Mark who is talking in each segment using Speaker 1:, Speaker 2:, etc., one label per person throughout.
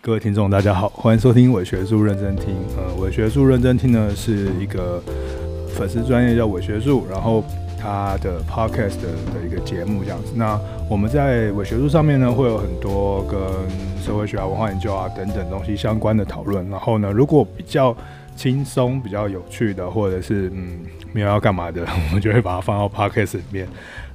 Speaker 1: 各位听众，大家好，欢迎收听伪学术认真听。呃，伪学术认真听呢是一个粉丝专业叫伪学术，然后它的 podcast 的的一个节目这样子。那我们在伪学术上面呢，会有很多跟社会学啊、文化研究啊等等东西相关的讨论。然后呢，如果比较轻松、比较有趣的，或者是嗯没有要干嘛的，我们就会把它放到 podcast 里面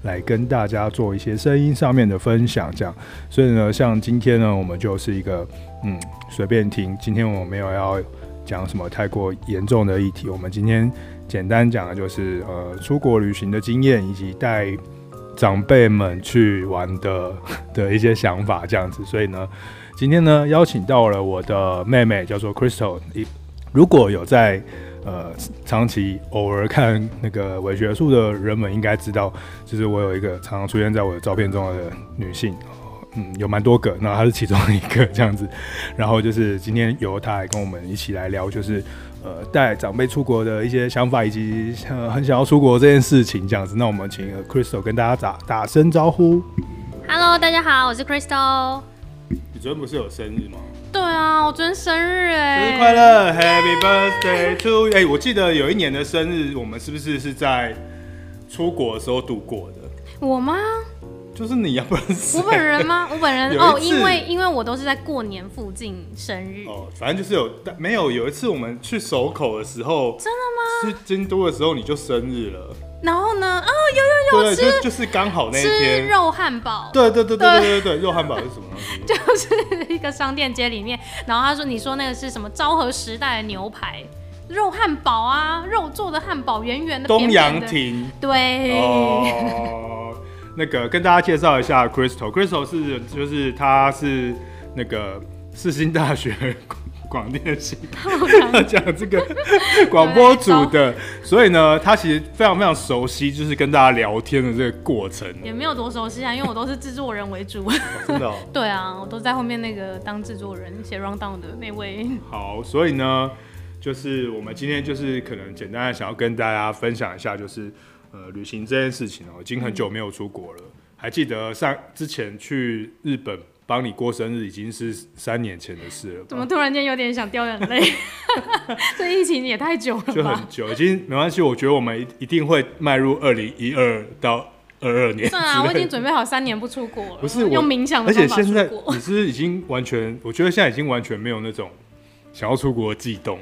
Speaker 1: 来跟大家做一些声音上面的分享，这样。所以呢，像今天呢，我们就是一个嗯随便听。今天我们没有要讲什么太过严重的议题，我们今天简单讲的就是呃出国旅行的经验，以及带长辈们去玩的 的一些想法这样子。所以呢，今天呢邀请到了我的妹妹，叫做 Crystal。一如果有在呃长期偶尔看那个伪学术的人们，应该知道，就是我有一个常常出现在我的照片中的女性。嗯，有蛮多个，那她是其中一个这样子。然后就是今天由她来跟我们一起来聊，就是呃带长辈出国的一些想法，以及呃很想要出国这件事情这样子。那我们请呃 Crystal 跟大家打打声招呼。
Speaker 2: Hello，大家好，我是 Crystal。
Speaker 1: 你昨天不是有生日吗？
Speaker 2: 对啊，我昨天生日哎、
Speaker 1: 生日快！乐，Happy Birthday to！you！哎、我记得有一年的生日，我们是不是是在出国的时候度过的？
Speaker 2: 我吗？
Speaker 1: 就是你要不然是
Speaker 2: 我本 人吗？我本人
Speaker 1: 有
Speaker 2: 哦，
Speaker 1: 一次
Speaker 2: 因为因为我都是在过年附近生日。
Speaker 1: 哦，反正就是有，但没有有一次我们去首口的时候，
Speaker 2: 真的
Speaker 1: 去京都的时候你就生日了，
Speaker 2: 然后呢？哦，有有
Speaker 1: 对，
Speaker 2: 有，吃
Speaker 1: 就就是刚好那一
Speaker 2: 吃
Speaker 1: 天，
Speaker 2: 肉汉堡。
Speaker 1: 对对对对对
Speaker 2: 对
Speaker 1: 对对，肉汉堡是什么东西？
Speaker 2: 就是一个商店街里面，然后他说：“你说那个是什么昭和时代的牛排肉汉堡啊？肉做的汉堡，圆圆的，
Speaker 1: 东
Speaker 2: 扁
Speaker 1: 阳
Speaker 2: 扁的。
Speaker 1: 亭
Speaker 2: 对，
Speaker 1: 哦，那个跟大家介绍一下 Crystal，Crystal 是就是他是那个世新大学广电系讲这个广播组的，所以呢，他其实非常非常熟悉，就是跟大家聊天的这个过程，
Speaker 2: 也没有多熟悉啊，因为我都是制作人为主。
Speaker 1: 真的哦、
Speaker 2: 对啊，我都在后面那个当制作人写 round down 的那 位。
Speaker 1: 好，所以呢，就是我们今天就是可能简单的想要跟大家分享一下，就是呃，旅行这件事情哦，已经很久没有出国了。还记得上之前去日本帮你过生日，已经是三年前的事了
Speaker 2: 怎么
Speaker 1: 吧？
Speaker 2: 突然间有点想掉眼泪？ 这疫情也太久了
Speaker 1: 就
Speaker 2: 吧
Speaker 1: 很？久，已经没关系。我觉得我们一一定会迈入二零一二到二二年之类的。
Speaker 2: 算了、啊，我已经准备好三年不出国了，
Speaker 1: 不是我
Speaker 2: 用冥想
Speaker 1: 而
Speaker 2: 的
Speaker 1: 且
Speaker 2: 方法
Speaker 1: 现在
Speaker 2: 出国。
Speaker 1: 你是不是已经完全，我觉得现在已经完全没有那种想要出国的悸动，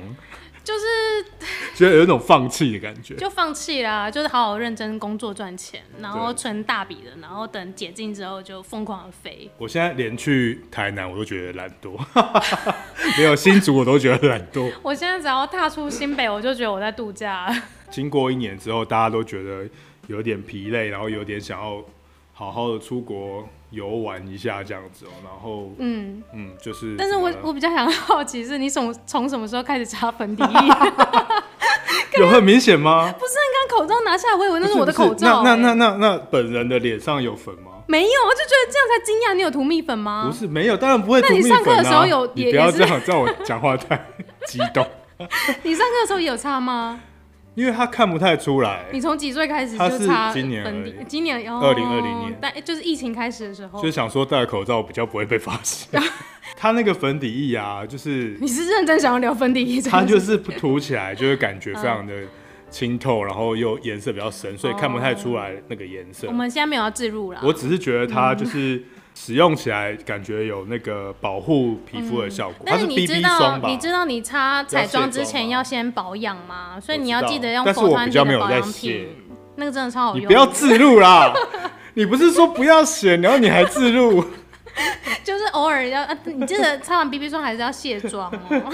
Speaker 2: 就是
Speaker 1: 觉得有一种放弃的感觉。
Speaker 2: 就放弃啦，就是好好认真工作赚钱，然后
Speaker 1: 对
Speaker 2: 存大笔的，然后等解禁之后就疯狂的飞。
Speaker 1: 我现在连去台南我都觉得懒惰， 没有新竹我都觉得懒惰。
Speaker 2: 我现在只要踏出新北，我就觉得我在度 假。
Speaker 1: 经过一年之后，大家都觉得有点疲累，然后有点想要好好的出国游玩一下这样子哦、然后
Speaker 2: 嗯，
Speaker 1: 嗯，就是
Speaker 2: 但是我
Speaker 1: 怎么
Speaker 2: 我比较想好奇是，你从从什么时候开始擦 粉底液？
Speaker 1: 有很明显吗？
Speaker 2: 不是，你刚口罩拿下来，我以为那
Speaker 1: 不
Speaker 2: 是我的
Speaker 1: 不
Speaker 2: 口罩、
Speaker 1: 那
Speaker 2: 欸
Speaker 1: 那那那那本人的脸上有粉吗？
Speaker 2: 没有，我就觉得这样才惊讶。你有涂蜜粉吗？
Speaker 1: 不是，没有，当然不会涂
Speaker 2: 啊那你
Speaker 1: 蜜粉啊。
Speaker 2: 上课的时候有
Speaker 1: 你
Speaker 2: 也
Speaker 1: 不要
Speaker 2: 也是
Speaker 1: 这样，让我讲话太激动，
Speaker 2: 你上课的时候也有擦吗？
Speaker 1: 因为他看不太出来。
Speaker 2: 你从几岁开始
Speaker 1: 他
Speaker 2: 就是擦
Speaker 1: 今年
Speaker 2: 粉底
Speaker 1: 而已
Speaker 2: 今年哦，
Speaker 1: 2020年
Speaker 2: 但就是疫情开始的时候
Speaker 1: 就。是想说戴口罩比较不会被发 现。它那个粉底液啊，就是
Speaker 2: 你是认真想要聊粉底液这件事？
Speaker 1: 它就是涂起来就会感觉非常的清透，然后又颜色比较深，所以看不太出来那个颜色
Speaker 2: 我。们现在没有要置入啦。
Speaker 1: 我只是觉得它就是使用起来感觉有那个保护皮肤的效果，它
Speaker 2: 但
Speaker 1: 是
Speaker 2: 嗯你
Speaker 1: BB
Speaker 2: 知
Speaker 1: 霜
Speaker 2: 道
Speaker 1: 吧？
Speaker 2: 你知道你擦彩妆之前
Speaker 1: 要
Speaker 2: 要先保养吗？所以
Speaker 1: 我
Speaker 2: 你
Speaker 1: 知
Speaker 2: 要
Speaker 1: 道
Speaker 2: 记得用
Speaker 1: 但是我比
Speaker 2: Fortran
Speaker 1: 较没
Speaker 2: 的
Speaker 1: 有
Speaker 2: 保
Speaker 1: 在
Speaker 2: 养
Speaker 1: 卸
Speaker 2: 品，那个真的超好
Speaker 1: 你
Speaker 2: 用。
Speaker 1: 不要自入 啦！你不是说不要选，然后你还自入？
Speaker 2: 就是偶尔要，啊你记得擦完 BB 霜还是要卸妆哦。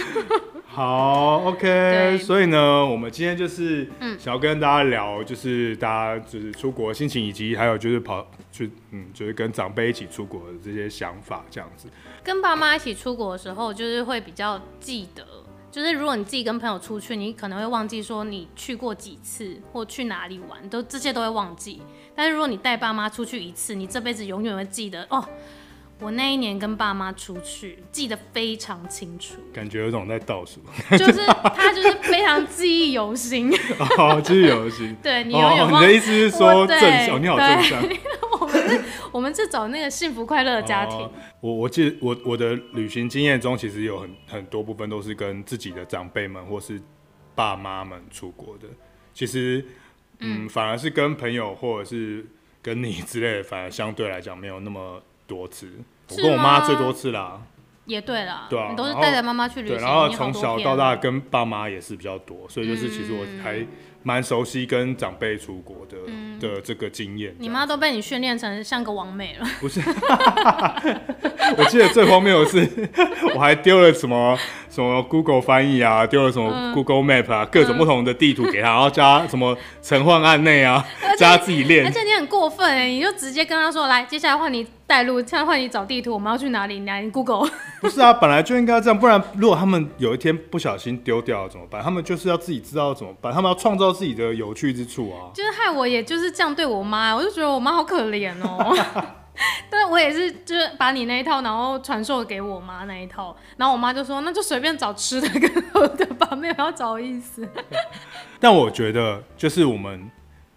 Speaker 1: 好，OK，
Speaker 2: 对嗯
Speaker 1: 所以呢，我们今天就是想要跟大家聊，就是大家就是出国的心情，以及还有就是跑去嗯，就是跟长辈一起出国的这些想法，这样子。
Speaker 2: 跟爸妈一起出国的时候，就是会比较记得。就是如果你自己跟朋友出去，你可能会忘记说你去过几次或去哪里玩，都这些都会忘记。但是如果你带爸妈出去一次，你这辈子永远会记得哦，我那一年跟爸妈出去，记得非常 清楚，
Speaker 1: 感觉有种在倒数，
Speaker 2: 就是他就是非常记忆犹新。
Speaker 1: 哦，就是有心。
Speaker 2: 对你永
Speaker 1: 哦
Speaker 2: 远，
Speaker 1: 你
Speaker 2: 忘
Speaker 1: 的意思是说
Speaker 2: 我对
Speaker 1: 正向？哦你好正
Speaker 2: 对
Speaker 1: 向，
Speaker 2: 我们是我们是找那个幸福快乐的家庭
Speaker 1: 哦。我我记得我我的旅行经验中，其实有很很多部分都是跟自己的长辈们或是爸妈们出国的。其实，嗯，反而是跟朋友或者是跟你之类的，反而相对来讲没有那么多次。我
Speaker 2: 是
Speaker 1: 跟我妈
Speaker 2: 吗
Speaker 1: 最多次啦，
Speaker 2: 也对啦，
Speaker 1: 对啊
Speaker 2: 你都是
Speaker 1: 然后
Speaker 2: 带着妈妈去旅
Speaker 1: 对，
Speaker 2: 行，
Speaker 1: 然后
Speaker 2: 你好
Speaker 1: 从
Speaker 2: 多
Speaker 1: 小
Speaker 2: 片
Speaker 1: 到大
Speaker 2: 哦嗯
Speaker 1: 跟爸妈也是比较多，所以就是其实我还蛮熟悉跟长辈出国的、的这个经验。
Speaker 2: 你妈都被你训练成像个王美了，
Speaker 1: 不是， 我记得最荒谬的是， 我还丢了什么什么 Google 翻译啊，丢了什么
Speaker 2: 嗯
Speaker 1: Google Map 啊，各种不同的地图给他，然后叫他什么陈焕案内啊，叫他自己
Speaker 2: 而
Speaker 1: 练。
Speaker 2: 且你很过分哎、你就直接跟她说，来，接下来换你带路，现在换你找地图，我们要去哪里？来，你 Google，
Speaker 1: 不是啊，本来就应该这样，不然如果他们有一天不小心丢掉了怎么办？他们就是要自己知道怎么办，他们要创造自己的有趣之处啊。
Speaker 2: 就是害我也就是这样对我妈，我就觉得我妈好可怜哦、但我也是，就是把你那一套，然后传授给我妈那一套，然后我妈就说，那就随便找吃的跟喝的吧，没有要找意思。
Speaker 1: 但我觉得，就是我们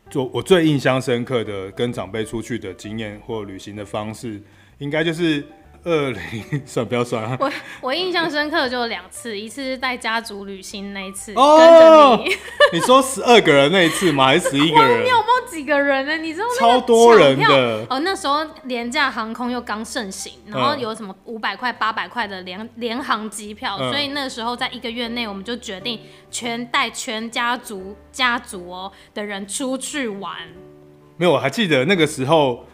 Speaker 1: 做我最印象深刻的跟长辈出去的经验或旅行的方式，应该就是二零 算不要算啊，
Speaker 2: 我我印象深刻的就有两次，一次是带家族旅行那一次，
Speaker 1: 哦
Speaker 2: 跟着你。
Speaker 1: 你说十二个人那一次吗？还是十一个
Speaker 2: 荒
Speaker 1: 人
Speaker 2: 谬，？不知道几个人呢、你知道那个
Speaker 1: 超多人
Speaker 2: 抢票
Speaker 1: 的
Speaker 2: 哦，那时候廉价航空又刚盛行，然后有什么五百块、八百块的联联航机票，
Speaker 1: 嗯
Speaker 2: 所以那时候在一个月内，我们就决定全带全家族家族哦的人出去玩。
Speaker 1: 没有，我还记得那个时候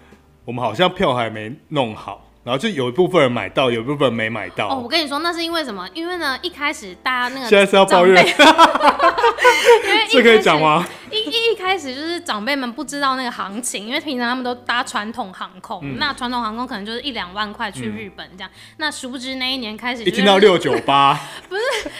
Speaker 1: 我们好像票还没弄好，然后就有一部分人买到，有一部分人没买到。
Speaker 2: 哦，我跟你说，那是因为什么？因为呢，一开始大家那个
Speaker 1: 现在是要抱怨
Speaker 2: 长辈因为一
Speaker 1: 这可
Speaker 2: 开
Speaker 1: 以
Speaker 2: 始
Speaker 1: 讲吗？
Speaker 2: 一一一开始就是长辈们不知道那个行情，因为平常他们都搭传统航空，
Speaker 1: 嗯
Speaker 2: 那传统航空可能就是一两万块去日本这样。那殊不知那 一年开始、就
Speaker 1: 一
Speaker 2: 是，
Speaker 1: 听到六九 八，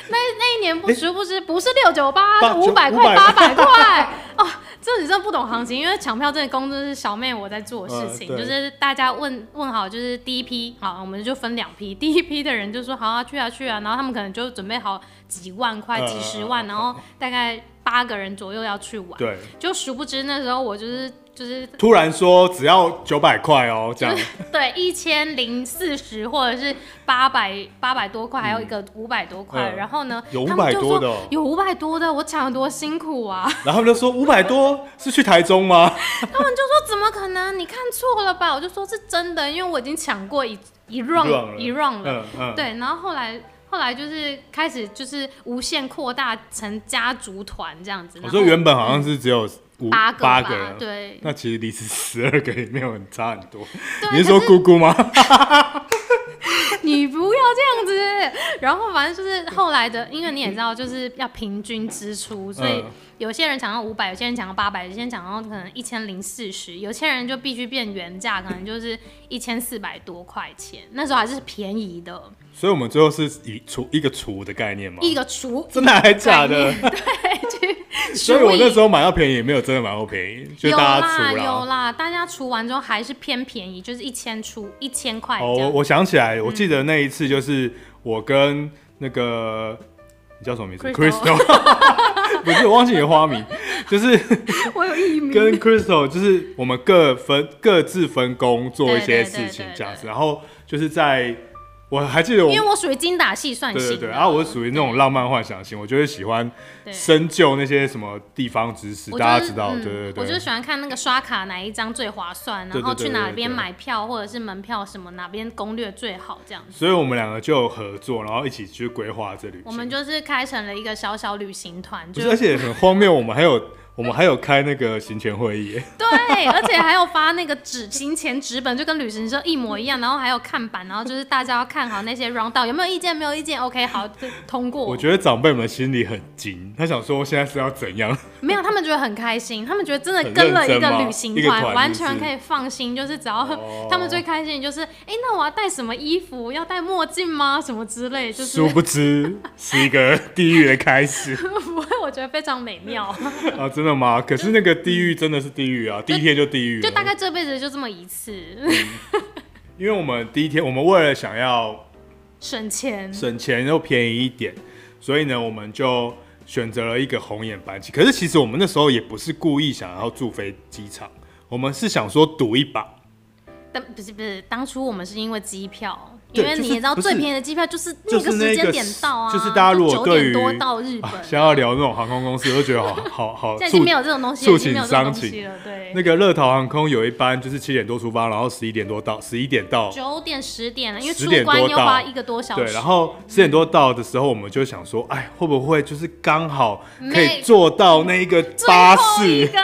Speaker 2: 那一年不殊不知不是六九八，是
Speaker 1: 八
Speaker 2: 五百块、八
Speaker 1: 500
Speaker 2: 百块哦。这你真的不懂行情，因为抢票这个工作是小妹我在做的事情，
Speaker 1: 呃对
Speaker 2: 就是大家问问好，就是第一批好，我们就分两批，第一批的人就说好啊去啊去啊，然后他们可能就准备好几万块、
Speaker 1: 呃
Speaker 2: 几十万，然后大概八个人左右要去玩。
Speaker 1: 对，
Speaker 2: 就殊不知那时候我就是就是
Speaker 1: 突然说只要九百块哦，这 样。
Speaker 2: 对一千零四十或者是八百八百多块，还有一个五百多块，
Speaker 1: 嗯
Speaker 2: 然后呢，
Speaker 1: 有
Speaker 2: 他们
Speaker 1: 500
Speaker 2: 就
Speaker 1: 多
Speaker 2: 说
Speaker 1: 的哦
Speaker 2: 有五百多的，我抢得多辛苦啊！
Speaker 1: 然后他们就说五百多是去台中吗？
Speaker 2: 他们就说怎么可能？你看错了吧？我就说是真的，因为我已经抢过一一 round 一 round 了，
Speaker 1: 嗯嗯，
Speaker 2: 对，然后后来。后来就是开始就是无限扩大成家族团这样子，
Speaker 1: 我
Speaker 2: 然后
Speaker 1: 说原本好像是只有五
Speaker 2: 八个
Speaker 1: 哦八
Speaker 2: 吧
Speaker 1: 个人，啊
Speaker 2: 对，
Speaker 1: 那其实离十十二个也没有很差很多。
Speaker 2: 对
Speaker 1: 你是说
Speaker 2: 可
Speaker 1: 姑姑吗？
Speaker 2: 你不要这样子。 然后反正就是后来的，因为你也知道，就是要平均支出，所以
Speaker 1: 嗯
Speaker 2: 有些人抢到五百，有些人抢到八百，有些人抢到可能一千零四十，有些人就必须变原价，可能就是一千四百多块钱。那时候还是便宜的，
Speaker 1: 所以我们最后是以除一个除的概念吗？
Speaker 2: 一个除
Speaker 1: 真的还假 的？所以我那时
Speaker 2: 候。
Speaker 1: 候买到便宜也没有真的买到便宜，就
Speaker 2: 有
Speaker 1: 大家
Speaker 2: 啦
Speaker 1: 除
Speaker 2: 有
Speaker 1: 啦。
Speaker 2: 啦，大家除完之后还是偏便宜，就是一千出一千块
Speaker 1: 哦，我
Speaker 2: 这样。
Speaker 1: 我想起来，我记得那一次就是我跟那个你叫什么名字
Speaker 2: Crystal
Speaker 1: 不是我忘记你的花 名，就是
Speaker 2: 我有一名，
Speaker 1: 跟 Crystal 就是我们各分各自分工做一些事情这样子，然后就是在我还记得我
Speaker 2: 因为我属于精打细算
Speaker 1: 对
Speaker 2: 型的。
Speaker 1: 对对，然后我是属于那种浪漫幻想型，我就是喜欢
Speaker 2: 对
Speaker 1: 深究那些什么地方知识，
Speaker 2: 我
Speaker 1: 大
Speaker 2: 就
Speaker 1: 家
Speaker 2: 是
Speaker 1: 知道，对
Speaker 2: 嗯
Speaker 1: 对
Speaker 2: 我就
Speaker 1: 对
Speaker 2: 喜欢看那个刷卡哪一张最划算，
Speaker 1: 对对
Speaker 2: 然后
Speaker 1: 对
Speaker 2: 去
Speaker 1: 对
Speaker 2: 哪
Speaker 1: 对
Speaker 2: 边
Speaker 1: 对
Speaker 2: 买票或者是门票什么，哪边攻略最好这样子。
Speaker 1: 所以我们两个就有合作，然后一起去规划这旅
Speaker 2: 我们
Speaker 1: 行。
Speaker 2: 就是开成了一个小小旅行团，
Speaker 1: 不，
Speaker 2: 就是
Speaker 1: 而且很荒谬，我们还有我们还有开那个行前会 议耶，
Speaker 2: 对，而且还有发那个纸行前纸本，就跟旅行社一模一样，然后还有看板，然后就是大家要看好那些 round down 有没有意见，没有意见，OK，好，就通过。
Speaker 1: 我觉得长辈们心里很惊，他想说现在是要怎样？
Speaker 2: 没有，他们觉得很开心，他们觉得真的跟了一
Speaker 1: 很认真
Speaker 2: 个
Speaker 1: 吗
Speaker 2: 旅行
Speaker 1: 一个团是不是
Speaker 2: 完全可以放心，就是只要
Speaker 1: 哦
Speaker 2: 他们最开心的就是，哎、那我要带什么衣服？要戴墨镜吗？什么之类，就是
Speaker 1: 殊不知是一个地狱的开始
Speaker 2: 不会，我觉得非常美妙，
Speaker 1: 啊！真的吗？可是那个地狱真的是地狱啊，第一天就地狱了，
Speaker 2: 就大概这辈子就这么一次，
Speaker 1: 因为我们第一天，我们为了想要
Speaker 2: 省钱。
Speaker 1: 省钱又便宜一点，所以呢，我们就选择了一个红眼班机。可是其实我们那时候也不是故意想要住飞机场，我们是想说赌一把，
Speaker 2: 但不是不是，当初我们是因为机票，因
Speaker 1: 对
Speaker 2: 为
Speaker 1: 就是
Speaker 2: 你也知道
Speaker 1: 不是
Speaker 2: 最便宜的机票就是
Speaker 1: 就
Speaker 2: 那
Speaker 1: 是
Speaker 2: 个
Speaker 1: 那
Speaker 2: 时
Speaker 1: 个
Speaker 2: 间点到啊，
Speaker 1: 就是大家如果
Speaker 2: 九
Speaker 1: 对于
Speaker 2: 点多到日本，
Speaker 1: 啊 想要聊那种航空公司，我就觉得好好好
Speaker 2: 现在已
Speaker 1: 触
Speaker 2: 经没有这种东西
Speaker 1: 促
Speaker 2: 了，已
Speaker 1: 请
Speaker 2: 经没有这种
Speaker 1: 商
Speaker 2: 东西
Speaker 1: 情
Speaker 2: 了，对。
Speaker 1: 那个乐桃航空有一班就是七点多出发，然后十一点多到，十一点到，
Speaker 2: 九点十点了，因为
Speaker 1: 10
Speaker 2: 出
Speaker 1: 点
Speaker 2: 关
Speaker 1: 多
Speaker 2: 又
Speaker 1: 到
Speaker 2: 花一个多小时。
Speaker 1: 对，然后十点多到的时候，我们就想说，哎，会不会就是刚好可以
Speaker 2: 那
Speaker 1: 坐到那一个
Speaker 2: 嗯最
Speaker 1: 巴
Speaker 2: 后
Speaker 1: 士
Speaker 2: 一个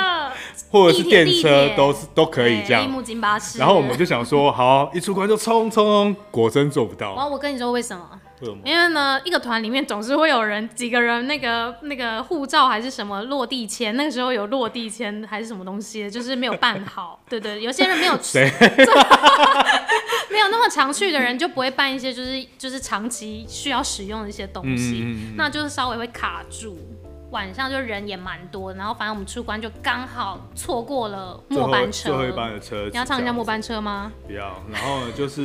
Speaker 1: 或者是
Speaker 2: 地铁
Speaker 1: 电
Speaker 2: 地
Speaker 1: 车
Speaker 2: 铁
Speaker 1: 都是都可以这
Speaker 2: 对立
Speaker 1: 样。
Speaker 2: 木金巴士。
Speaker 1: 然后 我们就想说，好，一出关就冲冲冲，果真做不
Speaker 2: 哇，
Speaker 1: 到。
Speaker 2: 我跟你说为什么？
Speaker 1: 为什么
Speaker 2: 因为呢，一个团里面总是会有人几个人那个那个护照还是什么落地签，那个时候有落地签还是什么东西的，就是没有办好。 对对，有些人没有
Speaker 1: 谁？
Speaker 2: 没有那么常去的人就不会办一些就是就是长期需要使用的一些东西，
Speaker 1: 嗯嗯嗯嗯
Speaker 2: 那就是稍微会卡住。晚上就人也蛮多，然后反正我们出关就刚好错过了
Speaker 1: 最
Speaker 2: 末
Speaker 1: 后
Speaker 2: 班车。
Speaker 1: 最后一班的车子这样子。
Speaker 2: 你要唱一下末班车吗？
Speaker 1: 不要。然后呢，就是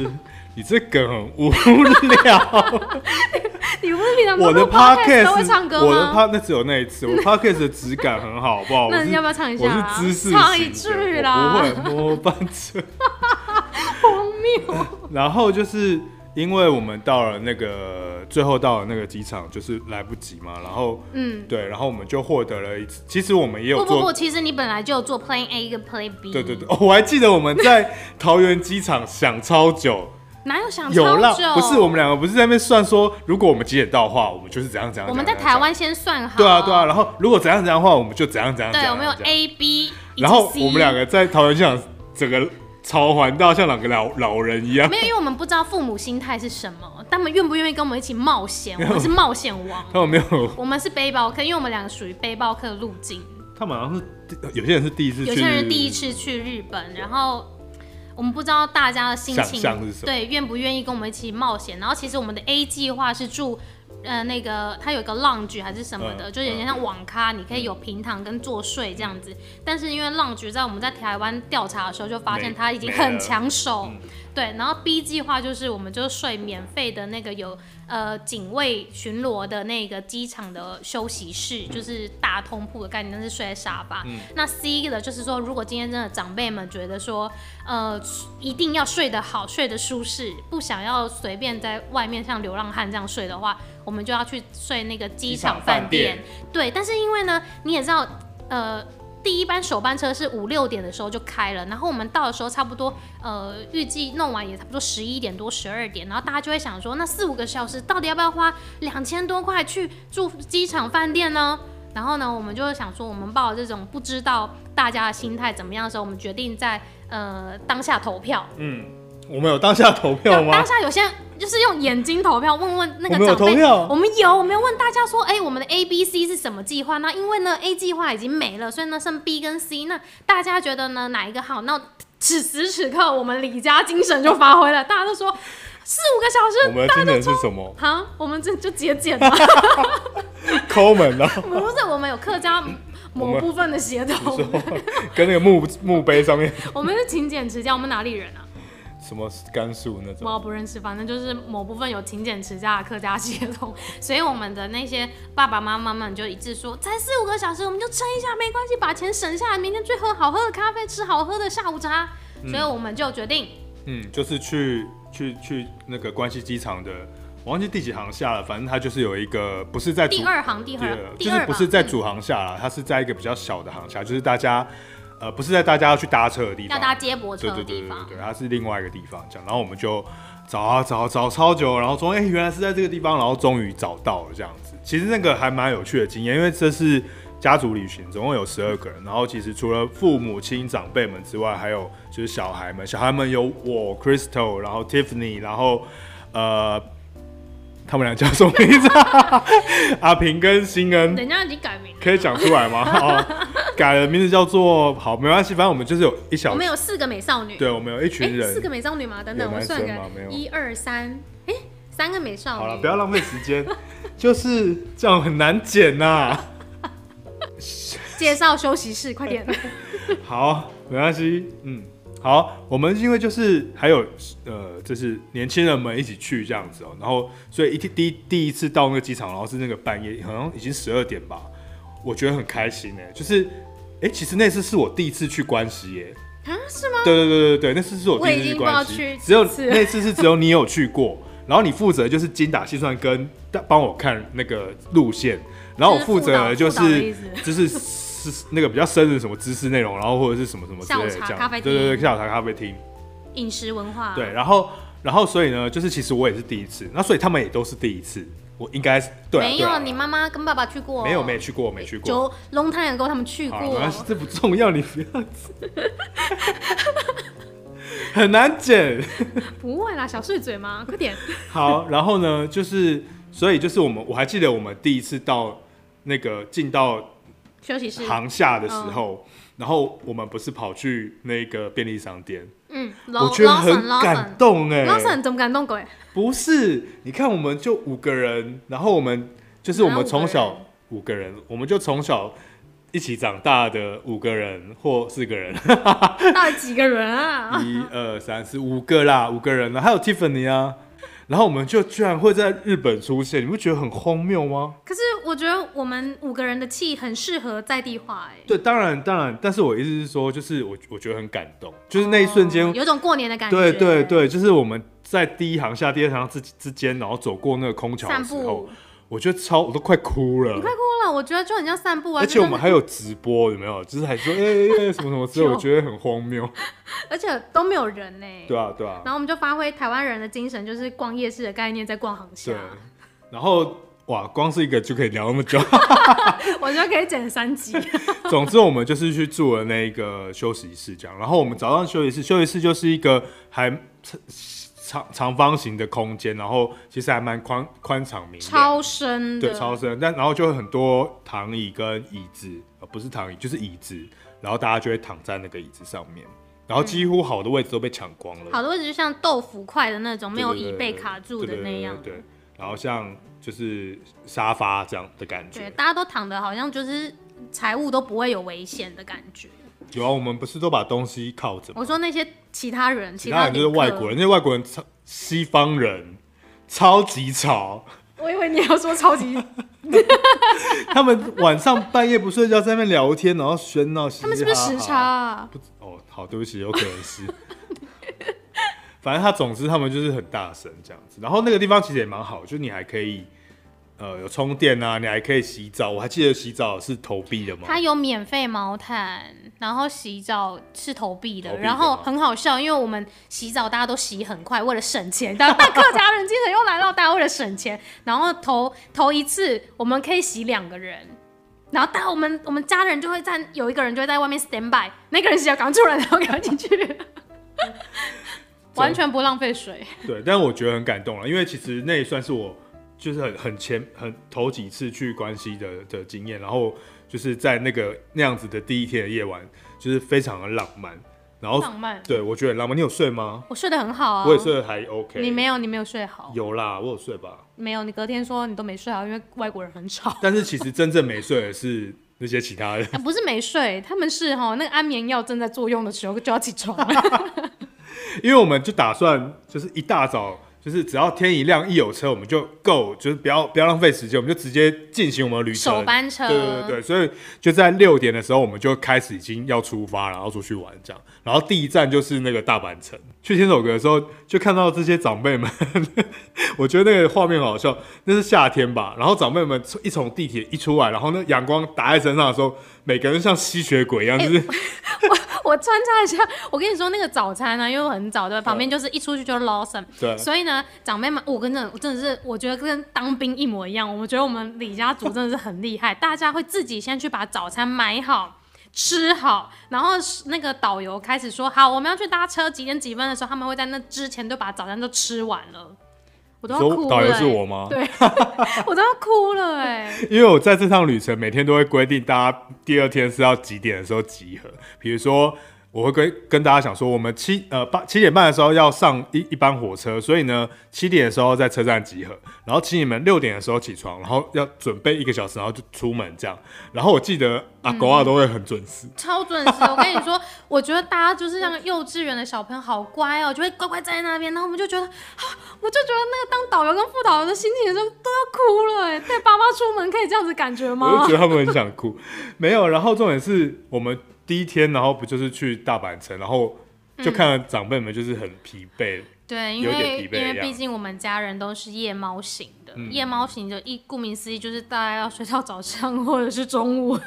Speaker 1: 你这梗很无聊。
Speaker 2: 你不是平常
Speaker 1: 我的
Speaker 2: 录 podcast 都会
Speaker 1: podcast，
Speaker 2: 唱歌吗？
Speaker 1: 我的 p o d 那只有那一次，我 podcast 的质感很好，好不好？
Speaker 2: 那
Speaker 1: 我是
Speaker 2: 你要不要唱一下啊
Speaker 1: 我是知识型的
Speaker 2: 唱一句啦
Speaker 1: 我不会摸班 车，荒谬。 然后就是因为我们到了那个最后到了那个机场，就是来不及嘛，然后。
Speaker 2: 嗯，
Speaker 1: 对，然后我们就获得了一次。其实我们也有
Speaker 2: 不
Speaker 1: 做
Speaker 2: 不不，其实你本来就有做 Plan A 跟 Plan B。
Speaker 1: 对对对、，哦我还记得我们在桃园机场想超久，
Speaker 2: 哪有 想
Speaker 1: 有啦
Speaker 2: 超久？，
Speaker 1: 不是我们两个不是在那边算说，如果我们几点到的话，我们就是怎样怎样。
Speaker 2: 我们
Speaker 1: 怎
Speaker 2: 在
Speaker 1: 样怎样
Speaker 2: 台湾先算好。
Speaker 1: 对啊，对啊。，然后如果怎样怎样的话，我们就怎样怎样。
Speaker 2: 哦对，
Speaker 1: 怎
Speaker 2: 我
Speaker 1: 样
Speaker 2: 们有。
Speaker 1: 怎样
Speaker 2: A B，以及
Speaker 1: 然后
Speaker 2: C
Speaker 1: 我们两个在桃园机场整个朝环到像两个老老人一样，
Speaker 2: 没有，因为我们不知道父母心态是什么，他们愿不愿意跟我们一起冒险？我们是冒险 王，
Speaker 1: 他们没有，
Speaker 2: 我们是背包客，因为我们两个属于背包客路径。
Speaker 1: 他们好像是第有些人是第一次去，
Speaker 2: 有些人第一次去日本，然后我们不知道大家的心情
Speaker 1: 想象是什么
Speaker 2: 对，愿不愿意跟我们一起冒险。然后其实我们的 A 计划是住。呃，那个它有一个 lounge 还是什么的，
Speaker 1: 嗯
Speaker 2: 就有点像网咖，你可以有平躺跟坐睡这样子。但是因为 lounge 在我们在台湾调查的时候，就发现
Speaker 1: 没
Speaker 2: 它已经
Speaker 1: 没
Speaker 2: 很
Speaker 1: 了嗯
Speaker 2: 抢手，对。然后 B 计划就是我们就睡免费的那个有呃警卫巡逻的那个机场的休息室，就是大通铺的概念，但是睡在沙发。那 C 的就是说，如果今天真的长辈们觉得说，呃，一定要睡得好、睡得舒适，不想要随便在外面像流浪汉这样睡的话，我们就要去睡那个机场饭
Speaker 1: 机场
Speaker 2: 对，但是因为呢，你也知道，呃。第一班首班车是五六点的时候就开了，然后我们到的时候差不多，呃，预计弄完也差不多十一点多、十二点，然后大家就会想说，那四五个小时到底要不要花两千多块去住机场饭店呢？然后呢，我们就想说，我们抱着这种不知道大家的心态怎么样的时候，我们决定在呃当下投票。
Speaker 1: 嗯，我们有当下投票
Speaker 2: 当
Speaker 1: 吗
Speaker 2: 当？下有些人就是用眼睛投票，问问那
Speaker 1: 我
Speaker 2: 个
Speaker 1: 们有
Speaker 2: 长
Speaker 1: 投
Speaker 2: 辈。
Speaker 1: 票
Speaker 2: 我们有，我们有问大家说，哎、我们的 A、B、C 是什么计划？那因为呢，A 计划已经没了，所以呢剩 B 跟 C。那大家觉得呢哪一个好？那此时此刻，我们李家精神就发挥了，大家都说四五个小
Speaker 1: 我
Speaker 2: 时，
Speaker 1: 们的精神是什么？
Speaker 2: 好，啊我们这就节俭 吧。
Speaker 1: 抠门啊！
Speaker 2: 不是，我们有客家
Speaker 1: 我
Speaker 2: 某
Speaker 1: 们
Speaker 2: 部分的协同
Speaker 1: 说，跟那个墓墓碑上面
Speaker 2: 我们是勤俭持家，我们哪里人啊？
Speaker 1: 什么甘肃那种，
Speaker 2: 我不认识，反正就是某部分有勤俭持家的客家血统，所以我们的那些爸爸妈妈们就一致说，才四五个小时，我们就撑一下，没关系，把钱省下来，明天去喝好喝的咖啡，吃好喝的下午茶。所以我们就决定，
Speaker 1: 嗯，就是去去去那个关西机场的，我忘记第几航下了，反正它就是有一个不是在主
Speaker 2: 第二行，第
Speaker 1: 第
Speaker 2: 二
Speaker 1: 二，，
Speaker 2: 第
Speaker 1: 啊就
Speaker 2: 二
Speaker 1: 是
Speaker 2: 吧
Speaker 1: 不是在
Speaker 2: 嗯
Speaker 1: 主航下啦，它是在一个比较小的航下，就是大家呃不是在大家要去搭车的地
Speaker 2: 要
Speaker 1: 方，
Speaker 2: 搭接驳车
Speaker 1: 对
Speaker 2: 的
Speaker 1: 对对
Speaker 2: 地
Speaker 1: 对
Speaker 2: 方
Speaker 1: 对，对，它是另外一个地方这样。然后我们就找啊找啊找超久，然后终于哎、原来是在这个地方，然后终于找到了这样子。其实那个还蛮有趣的经验，因为这是家族旅行，总共有十二个人。然后其实除了父母亲长辈们之外，还有就是小孩们，小孩们有我 Crystal，然后 Tiffany，然后呃。他们俩叫什么名字 啊？阿平跟新恩，
Speaker 2: 人家已经改名了，
Speaker 1: 可以讲出来吗？哦，改了名字叫做好，没关系，反正我们就是有一
Speaker 2: 我
Speaker 1: 小
Speaker 2: 们，有四个美少女，
Speaker 1: 对，我们有一
Speaker 2: 哎
Speaker 1: 群，人
Speaker 2: 四。个美少女吗？等等，
Speaker 1: 有
Speaker 2: 我
Speaker 1: 男
Speaker 2: 算
Speaker 1: 生
Speaker 2: 个
Speaker 1: 吗没有
Speaker 2: 一二三，哎，三个美少女。
Speaker 1: 好了，不要浪费时间，就是这样很难剪呐、
Speaker 2: 介绍休息室，快点。
Speaker 1: 好，没关系，嗯，好，我们因为就是还有呃，就是年轻人们一起去这样子哦、然后所以一第第一第一次到那个机场，然后是那个半夜，好像已经十二点欸吧，我觉得很开心哎、就是哎、诶其实那次是我第一次去关西耶、
Speaker 2: 啊是吗？
Speaker 1: 对对对对对，那次是我
Speaker 2: 我
Speaker 1: 第
Speaker 2: 已
Speaker 1: 一次
Speaker 2: 经不知道
Speaker 1: 关
Speaker 2: 去
Speaker 1: 系，
Speaker 2: 几
Speaker 1: 只有
Speaker 2: 次
Speaker 1: 那次是只有你有去过，然后你负责就是精打细算跟帮我看那个路线，然后我负责的就
Speaker 2: 就是辅导辅导的意
Speaker 1: 是
Speaker 2: 思
Speaker 1: 就是是那个比较深的什么知识内容，然后或者是什么什么之类
Speaker 2: 下
Speaker 1: 的
Speaker 2: 午茶
Speaker 1: 这样，
Speaker 2: 咖啡
Speaker 1: 对对对，
Speaker 2: 厅啊
Speaker 1: 下午茶咖啡厅，
Speaker 2: 饮食文化，
Speaker 1: 对，，然后然后所以呢，就是其实我也是第一次，那所以他们也都是第一次，我应该是对啊、
Speaker 2: 没
Speaker 1: 对
Speaker 2: 有，
Speaker 1: 啊
Speaker 2: 你妈妈跟爸爸去过，
Speaker 1: 没有没去过没去过，
Speaker 2: 就 long time ago 他们去
Speaker 1: 好了，没
Speaker 2: 过
Speaker 1: 关，系，这不重要，你不要很难剪。
Speaker 2: 不会啦，小碎嘴嘛， 快点，
Speaker 1: 好，然后呢，就是所以就是我们我还记得我们第一次到那个进到
Speaker 2: 休息室，
Speaker 1: 航厦的时
Speaker 2: 嗯
Speaker 1: 候，然后我们不是跑去那个便利商店，
Speaker 2: 嗯，
Speaker 1: 我觉得很感动哎、
Speaker 2: Lawson 怎么感动鬼？
Speaker 1: 不是，你看我们就五个人，然后我们就是我
Speaker 2: 哪
Speaker 1: 们
Speaker 2: 五
Speaker 1: 从
Speaker 2: 个
Speaker 1: 小
Speaker 2: 人
Speaker 1: 五个人，我们就从小一起长大的五个人或四个人，
Speaker 2: 到底几个人啊？
Speaker 1: 一二三四五个啦，五个人了，还有 Tiffany 啊，然后我们就居然会在日本出现，你不觉得很荒谬吗？
Speaker 2: 可是我觉得我们五个人的气很适合在地化哎、
Speaker 1: 对，当然当然，但是我意思是说，就是我我觉得很感动，就是那一瞬间，
Speaker 2: 哦有种过年的感觉。
Speaker 1: 对对，对，就是我们在第一行下第二行之之间，然后走过那个空桥
Speaker 2: 散
Speaker 1: 的时候
Speaker 2: 步，，
Speaker 1: 我觉得超我都快哭了
Speaker 2: 你。快哭了，我觉得就很像散步啊。
Speaker 1: 而且我们
Speaker 2: 就
Speaker 1: 还有直播，有没有？就是 还说哎哎、哎什么什么之类，我觉得很荒谬。
Speaker 2: 是而且都没有人呢、
Speaker 1: 对啊对啊。
Speaker 2: 然后我们就发挥台湾人的精神，就是逛夜市的概念，在逛航
Speaker 1: 对
Speaker 2: 厦。，
Speaker 1: 然后哇，光是一个就可以聊那么 久。
Speaker 2: 我觉得可以剪 三集。
Speaker 1: 总之，我们就是去住了那个休息室，这样。然后我们早上休息室，休息室就是一个还长长方形的空间，然后其实还蛮宽宽敞明亮，
Speaker 2: 超深的，
Speaker 1: 对超深。但然后就会很多躺椅跟椅子，呃，不是躺椅就是椅子，然后大家就会躺在那个椅子上面，然后几乎好的位置都被抢光了。
Speaker 2: 好的位置就像豆腐块的那种，
Speaker 1: 对
Speaker 2: 没有
Speaker 1: 对对
Speaker 2: 椅
Speaker 1: 对
Speaker 2: 背卡住的
Speaker 1: 对对
Speaker 2: 那
Speaker 1: 对
Speaker 2: 样。
Speaker 1: 对，对然后像就是沙发这样的感
Speaker 2: 对，
Speaker 1: 觉。
Speaker 2: 大家都躺的好像就是财务都不会有危险的感觉。
Speaker 1: 有啊，我们不是都把东西靠着吗？
Speaker 2: 我说那些其他人，
Speaker 1: 其他人就是外国
Speaker 2: 人。
Speaker 1: 人，那些外国人超西方人超级吵，
Speaker 2: 我以为你要说 超级，
Speaker 1: 他们晚上半夜不睡觉，在那边聊天，然后喧闹，
Speaker 2: 他们是不是时
Speaker 1: 嘻嘻哈哈
Speaker 2: 差、？啊？
Speaker 1: 不知哦，好，对不起，有可 能是。反正他总之他们就是很大声这样子，然后那个地方其实也蛮好，就你还可以呃有充电啊，你还可以洗澡。我还记得洗澡是投币的嘛，
Speaker 2: 他有免费毛毯，然后洗澡是投币的，
Speaker 1: 投币的
Speaker 2: 然后
Speaker 1: 吗
Speaker 2: 很好笑，因为我们洗澡大家都洗很快，为了省钱。但但客家人精神又来到，大家为了省钱，然后投投一次我们可以洗两个人，然后但我们我们家人就会在有一个人就会在外面 stand by，那个人洗澡赶快出来，然后赶快 进去，完全不浪费水。
Speaker 1: 对，但我觉得很感动了，因为其实那也算是我就是很很前很头几次去关西的的经验，然后就是在那个那样子的第一天的夜晚，就是非常的浪漫，然后
Speaker 2: 浪漫
Speaker 1: 哦对我觉得很浪漫。你有睡吗？
Speaker 2: 我睡得很好啊，
Speaker 1: 我也睡得还 OK。
Speaker 2: 你没有，你没有睡好。
Speaker 1: 有啦，我有睡吧。
Speaker 2: 没有，你隔天说你都没睡好，因为外国人很吵。
Speaker 1: 但是其实真正没睡的是那些其他人。
Speaker 2: 啊、不是没睡，他们是哈那个安眠药正在作用的时候就要起床。
Speaker 1: 因为我们就打算就是一大早，就是只要天一亮一有车，我们就 go，就是不要不要浪费时间，我们就直接进行我们的旅程。
Speaker 2: 首班车
Speaker 1: 对对对，所以就在六点的时候，我们就开始已经要出发，然后出去玩这样。然后第一站就是那个大阪城。去天守阁的时候，就看到这些长辈们， 我觉得那个画面很好笑。那是夏天吧，然后长辈们从一从地铁一出来，然后那阳光打在身上的时候，每个人像吸血鬼一样，就是、
Speaker 2: 我穿插一下，我跟你说那个早餐呢、因为我很早对吧，旁边就是一出去就是 Lawson，
Speaker 1: 对
Speaker 2: 所以呢长辈们，我跟真的真的是我觉得跟当兵一模一样，我觉得我们李家族真的是很厉害，大家会自己先去把早餐买好。吃好，然后那个导游开始说：“好，我们要去搭车，几点几分的时候，他们会在那之前就把早餐都吃完了。”我都要哭
Speaker 1: 说
Speaker 2: 了、
Speaker 1: 导游是
Speaker 2: 欸
Speaker 1: 我吗？
Speaker 2: 对，我都要哭了哎、
Speaker 1: 因为我在这趟旅程每天都会规定大家第二天是要几点的时候集合，比如说。我会跟跟大家讲说，我们七呃八七点半的时候要上一一班火车，所以呢七点的时候在车站集合，然后请你们六点的时候起床，然后要准备一个小时，然后就出门这样。然后我记得阿狗啊都会很准时，
Speaker 2: 超准时。我跟你说， 我觉得大家就是像幼稚园的小朋友，好乖哦，就会乖乖站在那边。然后我们就觉得，啊，我就觉得那个当导游跟副导游的心情就都要哭了哎，带爸妈出门可以这样子感觉
Speaker 1: 我就
Speaker 2: 吗
Speaker 1: 觉？得他们很想哭。没有，然后重点是我们第一天，然后不就是去大阪城，然后
Speaker 2: 嗯
Speaker 1: 就看到长辈们就是很疲惫，
Speaker 2: 对，因
Speaker 1: 有点
Speaker 2: 为
Speaker 1: 疲
Speaker 2: 因
Speaker 1: 惫嗯的
Speaker 2: 为
Speaker 1: 样
Speaker 2: 毕
Speaker 1: 子
Speaker 2: 竟我们家人都是夜猫型的，夜猫型就一顾名思义就是大概要睡到早上或者是中午，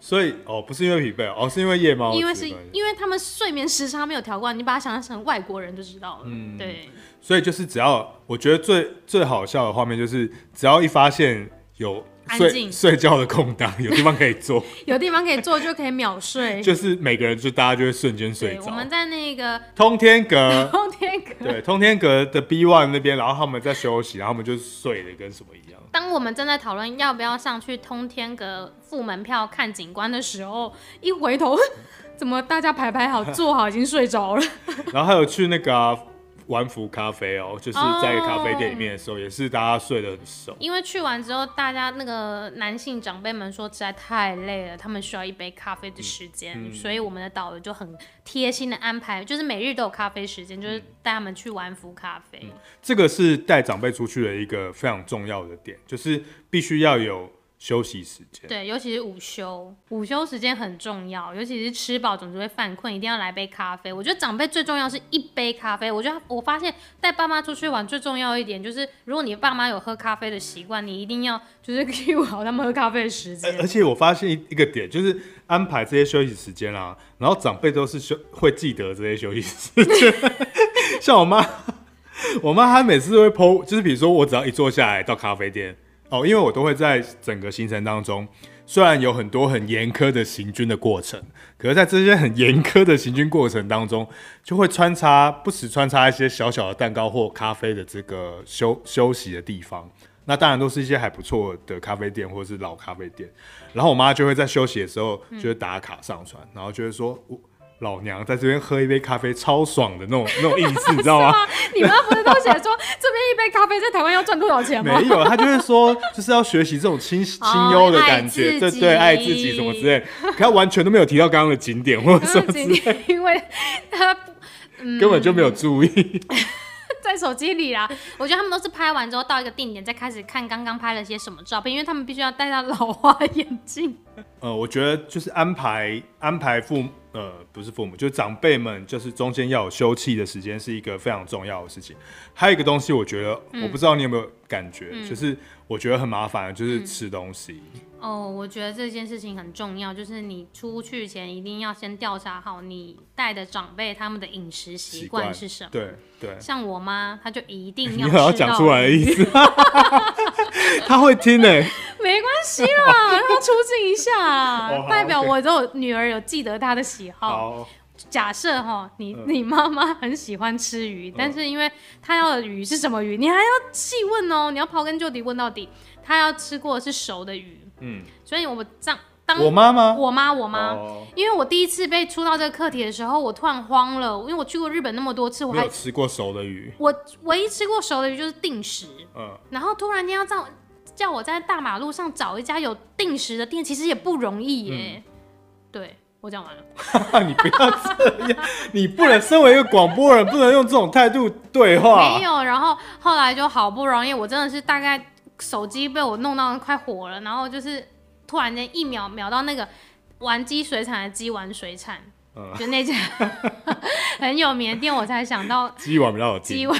Speaker 1: 所以哦，不是因为疲惫哦，是因为夜猫子
Speaker 2: 因为
Speaker 1: 的
Speaker 2: 是
Speaker 1: 关系，
Speaker 2: 因为他们睡眠时差没有调过来，你把它想象成外国人就知道了。
Speaker 1: 嗯
Speaker 2: 对，
Speaker 1: 所以就是只要我觉得最最好笑的画面就是，只要一发现有
Speaker 2: 安
Speaker 1: 睡
Speaker 2: 静
Speaker 1: 睡觉的空档，有地方可以 坐，
Speaker 2: 有地方可以坐就可以秒睡。
Speaker 1: 就是每个人就大家就会瞬间睡
Speaker 2: 对，我
Speaker 1: 着。
Speaker 2: 们在那个
Speaker 1: 通天阁，
Speaker 2: 通天阁。
Speaker 1: 对，通天阁的 B One 那边，然后他们在休息，然后他们就睡得跟什么一样。
Speaker 2: 当我们正在讨论要不要上去通天阁付门票看景观的时候，一回头， 怎么大家排排好坐好已经睡着了？
Speaker 1: 然后还有去那个、啊、玩福咖啡哦，就是在咖啡店里面的时候，也是大家睡得很熟。
Speaker 2: 因为去完之后，大家那个男性长辈们说实在太累了，他们需要一杯咖啡的时间，所以我们的导游就很贴心的安排，就是每日都有咖啡时间，就是带他们去玩福咖啡。
Speaker 1: 这个是带长辈出去的一个非常重要的点，就是必须要有休息时间。
Speaker 2: 对，尤其是午休，午休时间很重要，尤其是吃饱总是会犯困，一定要来杯咖啡。我觉得长辈最重要是一杯咖啡。我觉得我发现带爸妈出去玩最重要一点就是，如果你爸妈有喝咖啡的习惯，你一定要就是 cue 好他们喝咖啡的时
Speaker 1: 而 而
Speaker 2: 间。
Speaker 1: 且我发现一一个点，就是安排这些休息时间啦、然后长辈都是休会记得这些休息时间。像我妈，我妈她每次都会 PO，就是比如说我只要一坐下来到咖啡店，哦，因为我都会在整个行程当中，虽然有很多很严苛的行军的过程，可是在这些很严苛的行军过程当中，就会穿插不时穿插一些小小的蛋糕或咖啡的这个休休息的地方。那当然都是一些还不错的咖啡店或者是老咖啡店，然后我妈就会在休息的时候就会打卡上传，然后就会说我老娘在这边喝一杯咖啡超爽的那种那种意思，你知道吗？
Speaker 2: 啊，你妈不是都写说这边一杯咖啡在台湾要赚多少 钱吗？
Speaker 1: 没有，他就会说，就是要学习这种清清幽的感觉，
Speaker 2: 哦爱
Speaker 1: 对
Speaker 2: 自己
Speaker 1: 对，爱自己什么之类的。可他完全都没有提到刚刚的景点或者什么之
Speaker 2: 嗯
Speaker 1: 类，
Speaker 2: 因为他
Speaker 1: 根本就没有注意。
Speaker 2: 在手机里啦。我觉得他们都是拍完之后到一个定点再开始看刚刚拍了些什么照片，因为他们必须要戴上老花眼镜。
Speaker 1: 呃，我觉得就是安排安排父母呃不是父母，就是长辈们，就是中间要有休憩的时间，是一个非常重要的事情。还有一个东西，我觉得、
Speaker 2: 嗯
Speaker 1: 我不知道你有没有感觉，就是我觉得很麻烦，就是吃东西。
Speaker 2: 哦，我觉得这件事情很重要，就是你出去前一定要先调查好你带的长辈他们的饮食习嗯惯是什么。
Speaker 1: 对对，
Speaker 2: 像我妈，她就一定
Speaker 1: 你
Speaker 2: 要
Speaker 1: 好像
Speaker 2: 吃
Speaker 1: 讲
Speaker 2: 到
Speaker 1: 出来的意
Speaker 2: 鱼，
Speaker 1: 思，他会听欸呢、
Speaker 2: 没关系啦，要出镜一下 啊
Speaker 1: 哦好
Speaker 2: 代表
Speaker 1: OK
Speaker 2: 我都有女儿有记得她的喜好。
Speaker 1: 好，嗯
Speaker 2: 假设哈，你你妈妈很喜欢吃鱼，但是因为她要的鱼是什么鱼，你还要细问哦，你要刨根究底问到底，她要吃过的是熟的鱼，
Speaker 1: 嗯，
Speaker 2: 所以我这样当
Speaker 1: 我妈妈，
Speaker 2: 我妈我妈。
Speaker 1: 哦
Speaker 2: 因为我第一次被出到这个课题的时候，我突然慌了，因为我去过日本那么多次，我
Speaker 1: 没有
Speaker 2: 还
Speaker 1: 吃过熟的鱼，
Speaker 2: 我唯一吃过熟的鱼就是定时，
Speaker 1: 嗯，
Speaker 2: 然后突然间要叫叫我在大马路上找一家有定时的店，其实也不容易耶。对我讲完了，
Speaker 1: 你不要这样，你不能身为一个广播人，不能用这种态度对话
Speaker 2: 没。有。然后后来就好不容易，我真的是大概手机被我弄到快火了，然后就是突然间一秒秒到那个玩鸡水产的鸡丸水产，
Speaker 1: 嗯
Speaker 2: 就那家 很有名的店，我才想到
Speaker 1: 鸡碗比较好
Speaker 2: 鸡
Speaker 1: 听，
Speaker 2: 尾，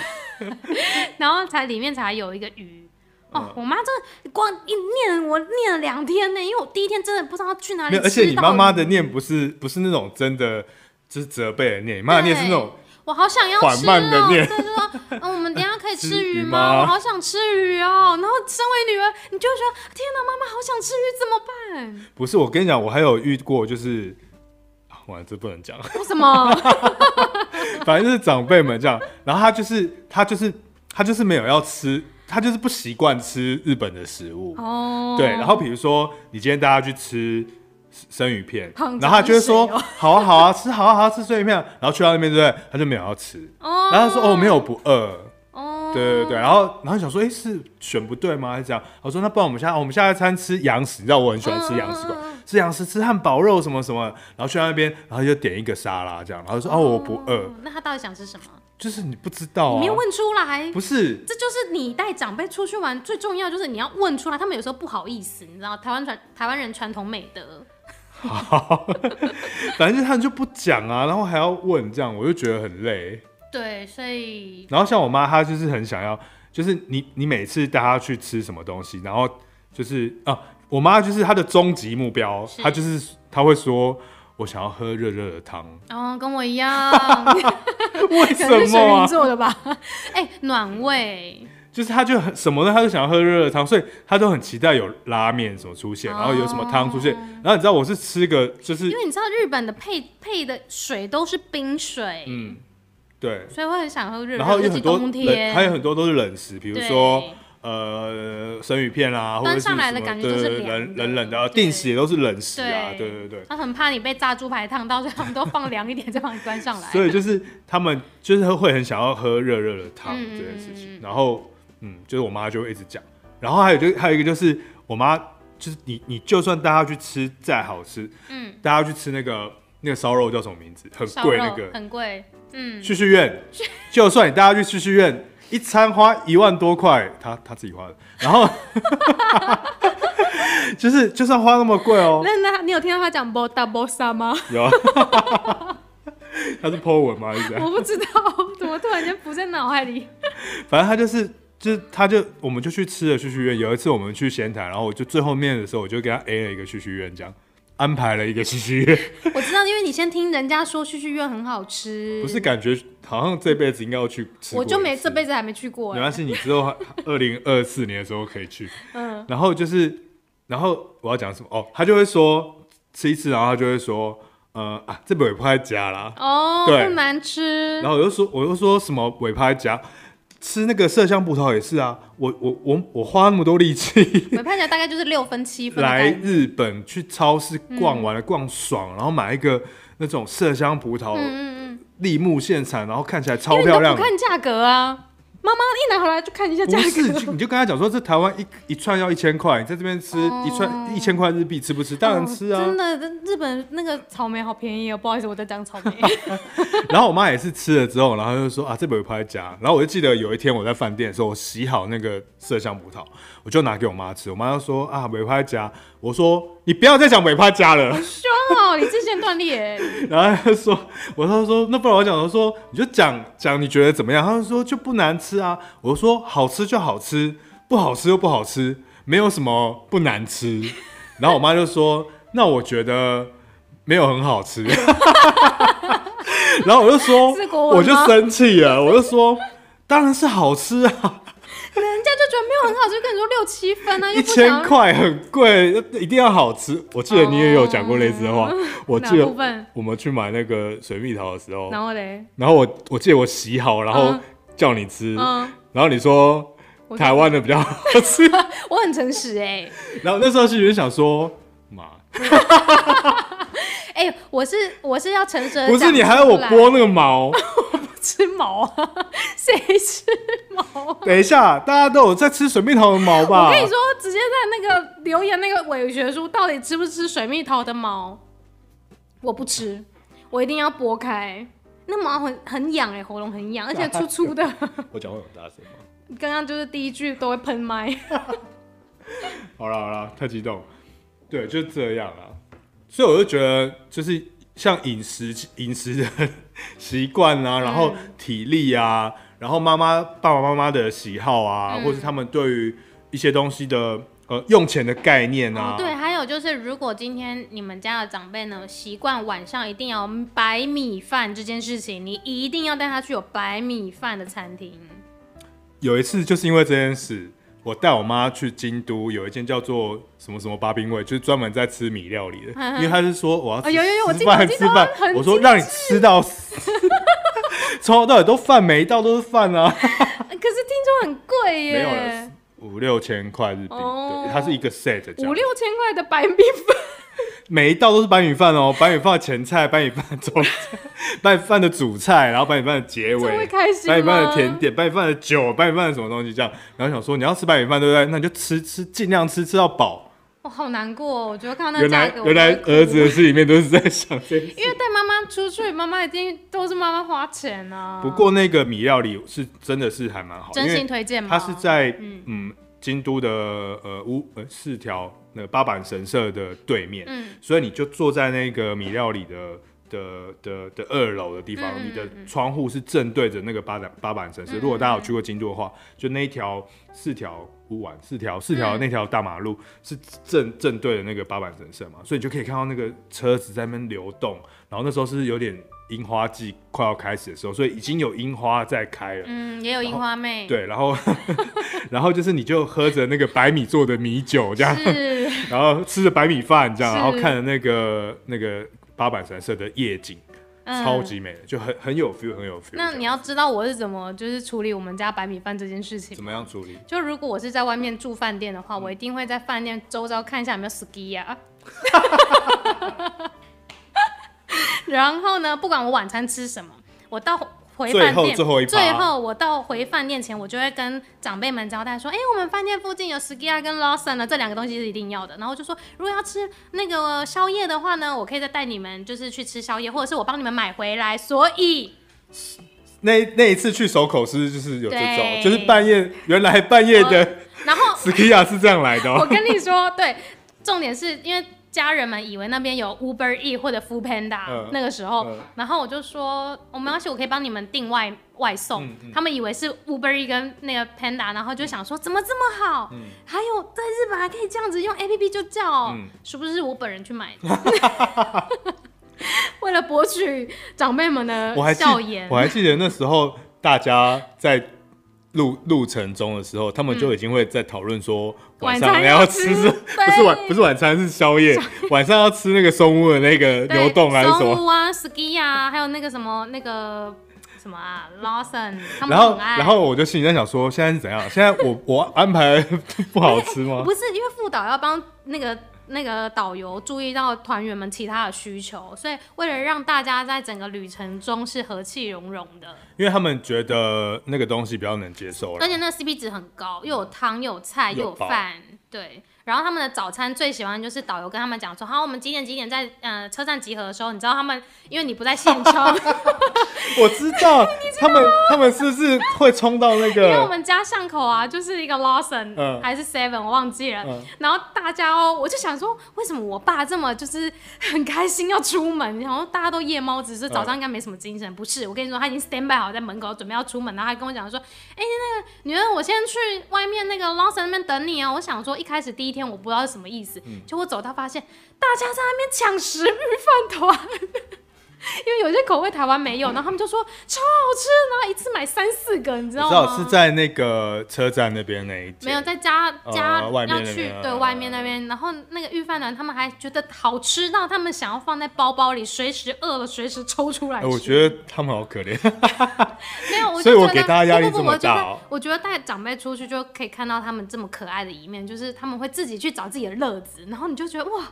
Speaker 2: 然后才里面才有一个鱼。哦，
Speaker 1: 嗯
Speaker 2: 我妈这光一念我念了两天呢，因为我第一天真的不知道去哪
Speaker 1: 没
Speaker 2: 里
Speaker 1: 有，而且你
Speaker 2: 吃到
Speaker 1: 妈妈
Speaker 2: 鱼
Speaker 1: 的，念不是不是那种真的就是责备的念，你妈的念是那种
Speaker 2: 我好想要
Speaker 1: 缓
Speaker 2: 吃
Speaker 1: 慢
Speaker 2: 哦，
Speaker 1: 地念
Speaker 2: 对，就说、嗯我们等一下可以
Speaker 1: 吃
Speaker 2: 吃
Speaker 1: 鱼
Speaker 2: 鱼
Speaker 1: 吗
Speaker 2: 吗？我好想吃鱼哦。然后身为女儿，你就会觉得天哪，妈妈好想吃鱼，怎么办？
Speaker 1: 不是。我跟你讲，我还有遇过，就是啊完了这不能讲，
Speaker 2: 为什么？
Speaker 1: 反正就是长辈们这样，然后他就是他就是他就是没有要吃，他就是不习惯吃日本的食物。
Speaker 2: 哦，
Speaker 1: 对，然后比如说你今天带他去吃生鱼片，
Speaker 2: 胖子
Speaker 1: 然后他就会说
Speaker 2: 是谁哦
Speaker 1: 好啊好啊吃好啊好啊吃生鱼片啊，然后去到那边对不对？他就没有要吃，
Speaker 2: 哦，
Speaker 1: 然后他说哦没有不饿，
Speaker 2: 哦，
Speaker 1: 对对对，然后然后想说哎是选不对吗还是怎样？我说那不然我们下我们下一餐吃羊食，你知道我很喜欢吃羊食馆
Speaker 2: 嗯嗯嗯，
Speaker 1: 吃羊食吃汉堡肉什么什么，然后去到那边然后就点一个沙拉这样，然后说哦我不饿，
Speaker 2: 那她到底想吃什么？
Speaker 1: 就是你不知道
Speaker 2: 你
Speaker 1: 啊
Speaker 2: 没，有问出来。
Speaker 1: 不是
Speaker 2: 这就是你带长辈出去玩最重要，就是你要问出来。他们有时候不好意思，你知道，台湾传台湾人传统美德，
Speaker 1: 好，反正他们就不讲啊，然后还要问这样，我就觉得很累。
Speaker 2: 对，所以
Speaker 1: 然后像我妈，她就是很想要，就是你你每次带她去吃什么东西，然后就是啊，我妈就是她的终极目标，哦
Speaker 2: 是
Speaker 1: 她就是她会说，我想要喝热热的 汤，
Speaker 3: 嗯
Speaker 2: 哦，跟我一样，
Speaker 3: 可
Speaker 1: 为 什
Speaker 3: 能是水
Speaker 1: 么
Speaker 3: 瓶
Speaker 1: 啊？
Speaker 3: 座的吧？
Speaker 2: 哎、暖胃，
Speaker 1: 就是她就很什么呢？她就想要喝热热的汤，所以她都很期待有拉面什么出现，
Speaker 2: 哦
Speaker 1: 然后有什么汤出现。然后你知道我是吃个就是
Speaker 2: 因为你知道日本的配配的水都是冰水，
Speaker 1: 嗯，对，
Speaker 2: 所以我很想喝热
Speaker 1: 然后
Speaker 2: 热，
Speaker 1: 有
Speaker 2: 尤其
Speaker 1: 很多
Speaker 2: 冬
Speaker 1: 冷，
Speaker 2: 天，
Speaker 1: 还有很多都是冷食，比
Speaker 2: 比
Speaker 1: 如说。呃生鱼片啦、或者是
Speaker 2: 端上来的
Speaker 1: 什么
Speaker 2: 感觉就是
Speaker 1: 对
Speaker 2: 凉
Speaker 1: 冷
Speaker 2: 的
Speaker 1: 冷冷的，啊
Speaker 2: 对
Speaker 1: 定时也都是冷食啊，对
Speaker 2: 对
Speaker 1: 对对。
Speaker 2: 他很怕你被炸猪排烫到，所以他们都放凉一点再帮你端上来。
Speaker 1: 所以就是他们就是会很想要喝热热的汤
Speaker 2: 嗯嗯嗯
Speaker 1: 这件事情，
Speaker 2: 嗯
Speaker 1: 然后嗯，就是我妈就会一直讲，然后还有就还有一个就是我妈就是你你就算带她去吃再好吃，
Speaker 2: 嗯，
Speaker 1: 带她去吃那个那个烧肉叫什么名字，很
Speaker 2: 烧
Speaker 1: 贵
Speaker 2: 肉
Speaker 1: 那个
Speaker 2: 很贵， 嗯，
Speaker 1: 旭旭苑，就算你带她去旭旭苑，一餐花一万多块，她她自己花的，然后 就是就算花那么贵 哦，
Speaker 3: 那那你有听到他讲 b o d a b o s a 吗？
Speaker 1: 有啊， 他是 Po 文吗？还是怎样？
Speaker 3: 我不知道，怎么突然间浮在脑海里？
Speaker 1: 反正他就是，就是他就，我们就去吃了旭旭苑。有一次我们去仙台，然后我就最后面的时候，我就给他 A 了一个旭旭苑，这样安排了一个旭旭苑。
Speaker 2: 我知道，因为你先听人家说旭旭苑很好吃，
Speaker 1: 不是感觉好像这辈子应该要去吃，
Speaker 3: 我就没这辈
Speaker 1: 子。
Speaker 3: 子还没去过
Speaker 1: 没
Speaker 3: 欸。
Speaker 1: 关系，你之后二零二四年的时候可以去。
Speaker 3: 嗯，
Speaker 1: 然后就是，然后我要讲什么？哦，他就会说吃一次，然后他就会说，呃啊，这尾拍夹啦。
Speaker 2: 哦，
Speaker 1: 对
Speaker 2: 不难吃
Speaker 1: 然，后我就说，我就说什么尾拍夹，吃那个麝香葡萄也是啊。我我我我花那么多力气。
Speaker 2: 尾拍起来大概就是六分七分的
Speaker 1: 来
Speaker 2: 感觉。
Speaker 1: 日本去超市
Speaker 3: 嗯
Speaker 1: 逛完了，逛爽，然后买一个那种麝香葡萄，
Speaker 2: 嗯嗯
Speaker 1: 立木现产，然后看起来
Speaker 3: 因
Speaker 1: 超
Speaker 3: 为你
Speaker 1: 漂
Speaker 3: 都
Speaker 1: 亮
Speaker 3: 不
Speaker 1: 的。
Speaker 3: 看价格啊，妈妈一拿回来就看一下价
Speaker 1: 不是，
Speaker 3: 格。
Speaker 1: 就你就跟他讲说，这台湾一一串要一千块，你在这边吃
Speaker 2: 哦
Speaker 1: 一串一千块日币，吃不吃？当然吃啊
Speaker 3: 哦。真的，这日本那个草莓好便宜哦，不好意思，我在讲 草莓。
Speaker 1: 然后我妈也是吃了之后，然后她就说啊，这本有拍夹。然后我就记得有一天我在饭店的时候，我洗好那个麝香葡萄，我就拿给我妈吃。我妈就说啊，尾拍夹。我说你不要再讲尾拍夹了。
Speaker 3: 凶哦，你之前断裂，
Speaker 1: 然后他就说，我他说那不然我讲，我说你就讲讲你觉得怎么样？他就说就不难吃啊。我说好吃就好吃，不好吃又不好吃，没有什么不难吃。然后我妈就说，那我觉得没有很好吃。 然后我就说
Speaker 3: 是，国文吗
Speaker 1: 我就生气了，我就说当然是好吃啊，
Speaker 3: 人家就觉得没有很好吃，就跟你说六七分啊，又
Speaker 1: 一
Speaker 3: 不想
Speaker 1: 千块很贵，一定要好吃。我记得你也有讲过类似的话，我记
Speaker 3: 哦哪
Speaker 1: 得
Speaker 3: 部分
Speaker 1: 我们去买那个水蜜桃的时候，
Speaker 3: 然后嘞，
Speaker 1: 然后我我记得我洗好，然后
Speaker 3: 嗯
Speaker 1: 叫你吃，
Speaker 3: 嗯，
Speaker 1: 然后你说
Speaker 3: 我
Speaker 1: 台湾的比较好 吃，
Speaker 3: 嗯我很诚实哎、
Speaker 1: 然后那时候是有想说，妈，
Speaker 3: 哎、我是我是要诚实的，
Speaker 1: 不是你还要我剥那个毛？
Speaker 3: 吃毛啊？谁吃毛？
Speaker 1: 等一下，大家都有在吃水蜜桃的毛吧？
Speaker 3: 我跟你说，直接在那个留言那个伪学书，到底吃不吃水蜜桃的毛？我不吃，我一定要剥开。那毛很很痒哎、喉咙很痒，而且粗粗 的。
Speaker 1: 我讲话有很大声吗？
Speaker 3: 刚刚就是第一句都会喷麦，
Speaker 1: 好啦好啦，太激动了，对，就这样啦。所以我就觉得，就是像饮食饮食的习惯
Speaker 2: 嗯
Speaker 1: 啊，然后体力啊，然后妈妈爸爸妈妈的喜好啊，
Speaker 2: 嗯
Speaker 1: 或是他们对于一些东西的呃用钱的概念啊，
Speaker 2: 哦，对，还有就是，如果今天你们家的长辈呢习惯晚上一定要白米饭这件事情，你一定要带他去有白米饭的餐厅。
Speaker 1: 有一次就是因为这件事，我带我妈去京都，有一间叫做什么什么八兵卫，就是专门在吃米料理的。因为她是说我要吃
Speaker 3: 啊嗯有有有我
Speaker 1: 吃
Speaker 3: 记得
Speaker 1: 饭
Speaker 3: 我记
Speaker 1: 吃
Speaker 3: 得
Speaker 1: 饭
Speaker 3: 很，
Speaker 1: 我说
Speaker 3: 精
Speaker 1: 让你吃到死， 从头到尾都饭，每一道都是 饭啊，
Speaker 3: 可是听说很贵
Speaker 1: 没有了
Speaker 3: 耶，
Speaker 1: 五六千块日币，
Speaker 3: 哦
Speaker 1: 对，它是一个 set 这样
Speaker 3: 五，六千块的白米饭，
Speaker 1: 每一道都是白米饭哦，白米饭的前菜，白米饭的中菜， 白米饭的主菜，然后白米饭的结
Speaker 3: 这
Speaker 1: 尾
Speaker 3: 会。开心吗？
Speaker 1: 白米饭的甜点，白米饭的酒，白米饭的什么东西这样，然后想说你要吃白米饭对不对？那你就吃吃，尽量吃吃到饱。
Speaker 2: 我、好难过、哦，我觉得看到那
Speaker 1: 原
Speaker 2: 价
Speaker 1: 来
Speaker 2: 格我
Speaker 1: 原来
Speaker 2: 就会哭
Speaker 1: 儿子的心里面都是在想这些。
Speaker 2: 因为带妈妈出去，妈妈一定都是妈妈花钱啊。
Speaker 1: 不过那个米料理是真的是还蛮好，
Speaker 2: 真
Speaker 1: 因
Speaker 2: 心
Speaker 1: 为
Speaker 2: 推荐吗？
Speaker 1: 它是在
Speaker 2: 嗯
Speaker 1: 嗯京都的呃乌呃四条那八坂神社的对面，
Speaker 2: 嗯，
Speaker 1: 所以你就坐在那个米料理的的的的二楼的地方，
Speaker 2: 嗯
Speaker 1: 你的窗户是正对着那个八坂八坂城市。如果大家有去过京都的话，就那一条四条乌丸四条四条
Speaker 2: 嗯
Speaker 1: 那条大马路是正正对着那个八坂神社嘛，所以你就可以看到那个车子在那边流动。然后那时候是有点樱花季快要开始的时候，所以已经有樱花在开了。
Speaker 2: 嗯，也有樱花妹，，
Speaker 1: 哦对，然后， 然后就是你就喝着那个白米做的米酒这样，
Speaker 2: 是，
Speaker 1: 然后吃着白米饭这样，
Speaker 2: 是
Speaker 1: 然后看着那个那个八坂神社的夜景，
Speaker 2: 嗯
Speaker 1: 超级美的，就很很有 feel，很有 feel 这样。
Speaker 2: 那你要知道我是怎么就是处理我们家白米饭这件事情
Speaker 1: 怎。么样处理？
Speaker 2: 就如果我是在外面住饭店的
Speaker 1: 嗯
Speaker 2: 话，我一定会在饭店周遭看一下有没有 ski 啊。 然后呢，不管我晚餐吃什么，我到回
Speaker 1: 最
Speaker 2: 饭
Speaker 1: 后
Speaker 2: 店
Speaker 1: 最后一趴
Speaker 2: 后我到回饭店前，我就会跟长辈们交代说，哎、我们饭店附近有 ski 啊跟 Lawson 呢，这两个东西是一定要的。然后就说，如果要吃那个宵夜的话呢，我可以再带你们就是去吃宵夜，或者是我帮你们买回来。所以
Speaker 1: 那那一次去守口是不是就是有这种，
Speaker 2: 对
Speaker 1: 就是半夜原来半夜的
Speaker 2: 然后
Speaker 1: Skia 是这样来的、
Speaker 2: 我
Speaker 1: 哦，
Speaker 2: 跟你说，对，重点是因为家人们以为那边有 Uber E 或者 Food Panda，、
Speaker 1: 嗯
Speaker 2: 那个时候，
Speaker 1: 嗯
Speaker 2: 然后我就说，我没关系，我可以帮你们订外外送。
Speaker 1: 嗯嗯
Speaker 2: 他们以为是 Uber E 跟那个 Panda，然后就想说怎么这么好，还有在日本还可以这样子用 APP 就叫、哦，
Speaker 1: 嗯
Speaker 2: 是不是我本人去买的？
Speaker 3: 为了博取长辈们的
Speaker 1: 我还记
Speaker 2: 笑颜
Speaker 1: 我还记得那时候大家在。路路程中的时候，他们就已经会在讨论说晚上
Speaker 3: 晚餐
Speaker 1: 要
Speaker 3: 要
Speaker 1: 吃
Speaker 3: 吃
Speaker 1: 什，不是
Speaker 3: 对
Speaker 1: 晚不是晚餐是宵夜，晚上要吃那个松屋的那个
Speaker 2: 对
Speaker 1: 流动还是什么
Speaker 2: 松？屋啊，Ski 啊，还有那个什么那个什么啊，Lawson，他
Speaker 1: 然
Speaker 2: 们都
Speaker 1: 后
Speaker 2: 很爱。
Speaker 1: 然后我就心里在想说，现在是怎样？ 现在我我安排 不好吃 吗？
Speaker 2: 不是，因为副导要帮那个那个导游注意到团员们其他的需求，所以为了让大家在整个旅程中是和气融融的，
Speaker 1: 因为他们觉得那个东西比较能接受了
Speaker 2: 而。且那 CP 值很高，又有汤又有菜
Speaker 1: 又
Speaker 2: 又
Speaker 1: 有
Speaker 2: 有饭，对。然后他们的早餐最喜欢就是导游跟他们讲说，好，我们几点几点在呃车站集合的时候，你知道他们因为你不在现场，
Speaker 1: 我知道他们他们是不是会冲到那
Speaker 2: 因为我
Speaker 1: 个？
Speaker 2: 们家巷口啊，就是一个 Lawson、
Speaker 1: 嗯
Speaker 2: 还是 Seven，我忘记了。
Speaker 1: 嗯
Speaker 2: 然后大家哦，我就想说，为什么我爸这么就是很开心要出门？然后大家都夜猫子，是早上应该没什么精神。不是，我跟你说，他已经 stand by 好在门口准备要出门，然后还跟我讲说，哎、那个女儿，我先去外面那个 Lawson 那边等你啊。我想说，一开始第一天我不知道是什么意思，
Speaker 1: 嗯
Speaker 2: 结果走到发现大家在那边抢食日饭团。 因为有些口味台湾没有，然后他们就说超好吃，然后一次买三四个，你知
Speaker 1: 我
Speaker 2: 道
Speaker 1: 知
Speaker 2: 吗？
Speaker 1: 道是在那个车站那边那一间
Speaker 2: 没有在家
Speaker 1: 哦
Speaker 2: 家
Speaker 1: 外面
Speaker 2: 要
Speaker 1: 那
Speaker 2: 去
Speaker 1: 边
Speaker 2: 对
Speaker 1: 嗯
Speaker 2: 外面那边，然后那个御饭团他们还觉得好吃到他们想要放在包包里，随时饿了随时抽出来
Speaker 1: 哎
Speaker 2: 吃。
Speaker 1: 我觉得他们好可怜，
Speaker 2: 没有，我
Speaker 1: 所以
Speaker 2: 就
Speaker 1: 我
Speaker 2: 觉
Speaker 1: 给
Speaker 2: 得
Speaker 1: 大家压力
Speaker 2: 不不
Speaker 1: 这
Speaker 2: 不
Speaker 1: 么
Speaker 2: 我觉得
Speaker 1: 大哦
Speaker 2: 我觉得带长辈出去就可以看到他们这么可爱的一面，就是他们会自己去找自己的乐子，然后你就觉得哇，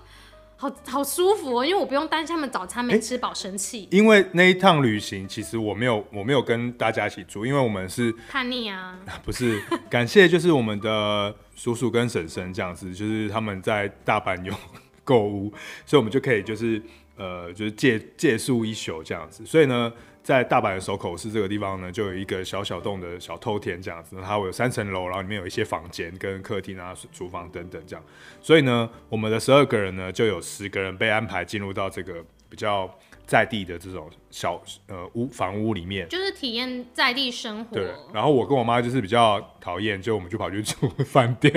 Speaker 2: 好好舒服哦，因为我不用担心他们早餐没
Speaker 1: 哎
Speaker 2: 吃饱生气、
Speaker 1: 因为那一趟旅行其实我没有我没有跟大家一起住，因为我们是
Speaker 2: 叛逆啊。
Speaker 1: 不是感谢就是我们的叔叔跟婶婶这样子，就是他们在大阪有 购物，所以我们就可以就是呃就是借借宿一宿这样子。所以呢，在大阪的守口市这个地方呢，就有一个小小栋的小透天这样子，它会有三层楼，然后里面有一些房间跟客厅啊、厨房等等这样。所以呢，我们的十二个人呢，就有十个人被安排进入到这个比较在地的这种小呃屋房屋里面。
Speaker 2: 就是体验在地生活，
Speaker 1: 对，然后我跟我妈就是比较讨厌，就我们就跑去住 饭店。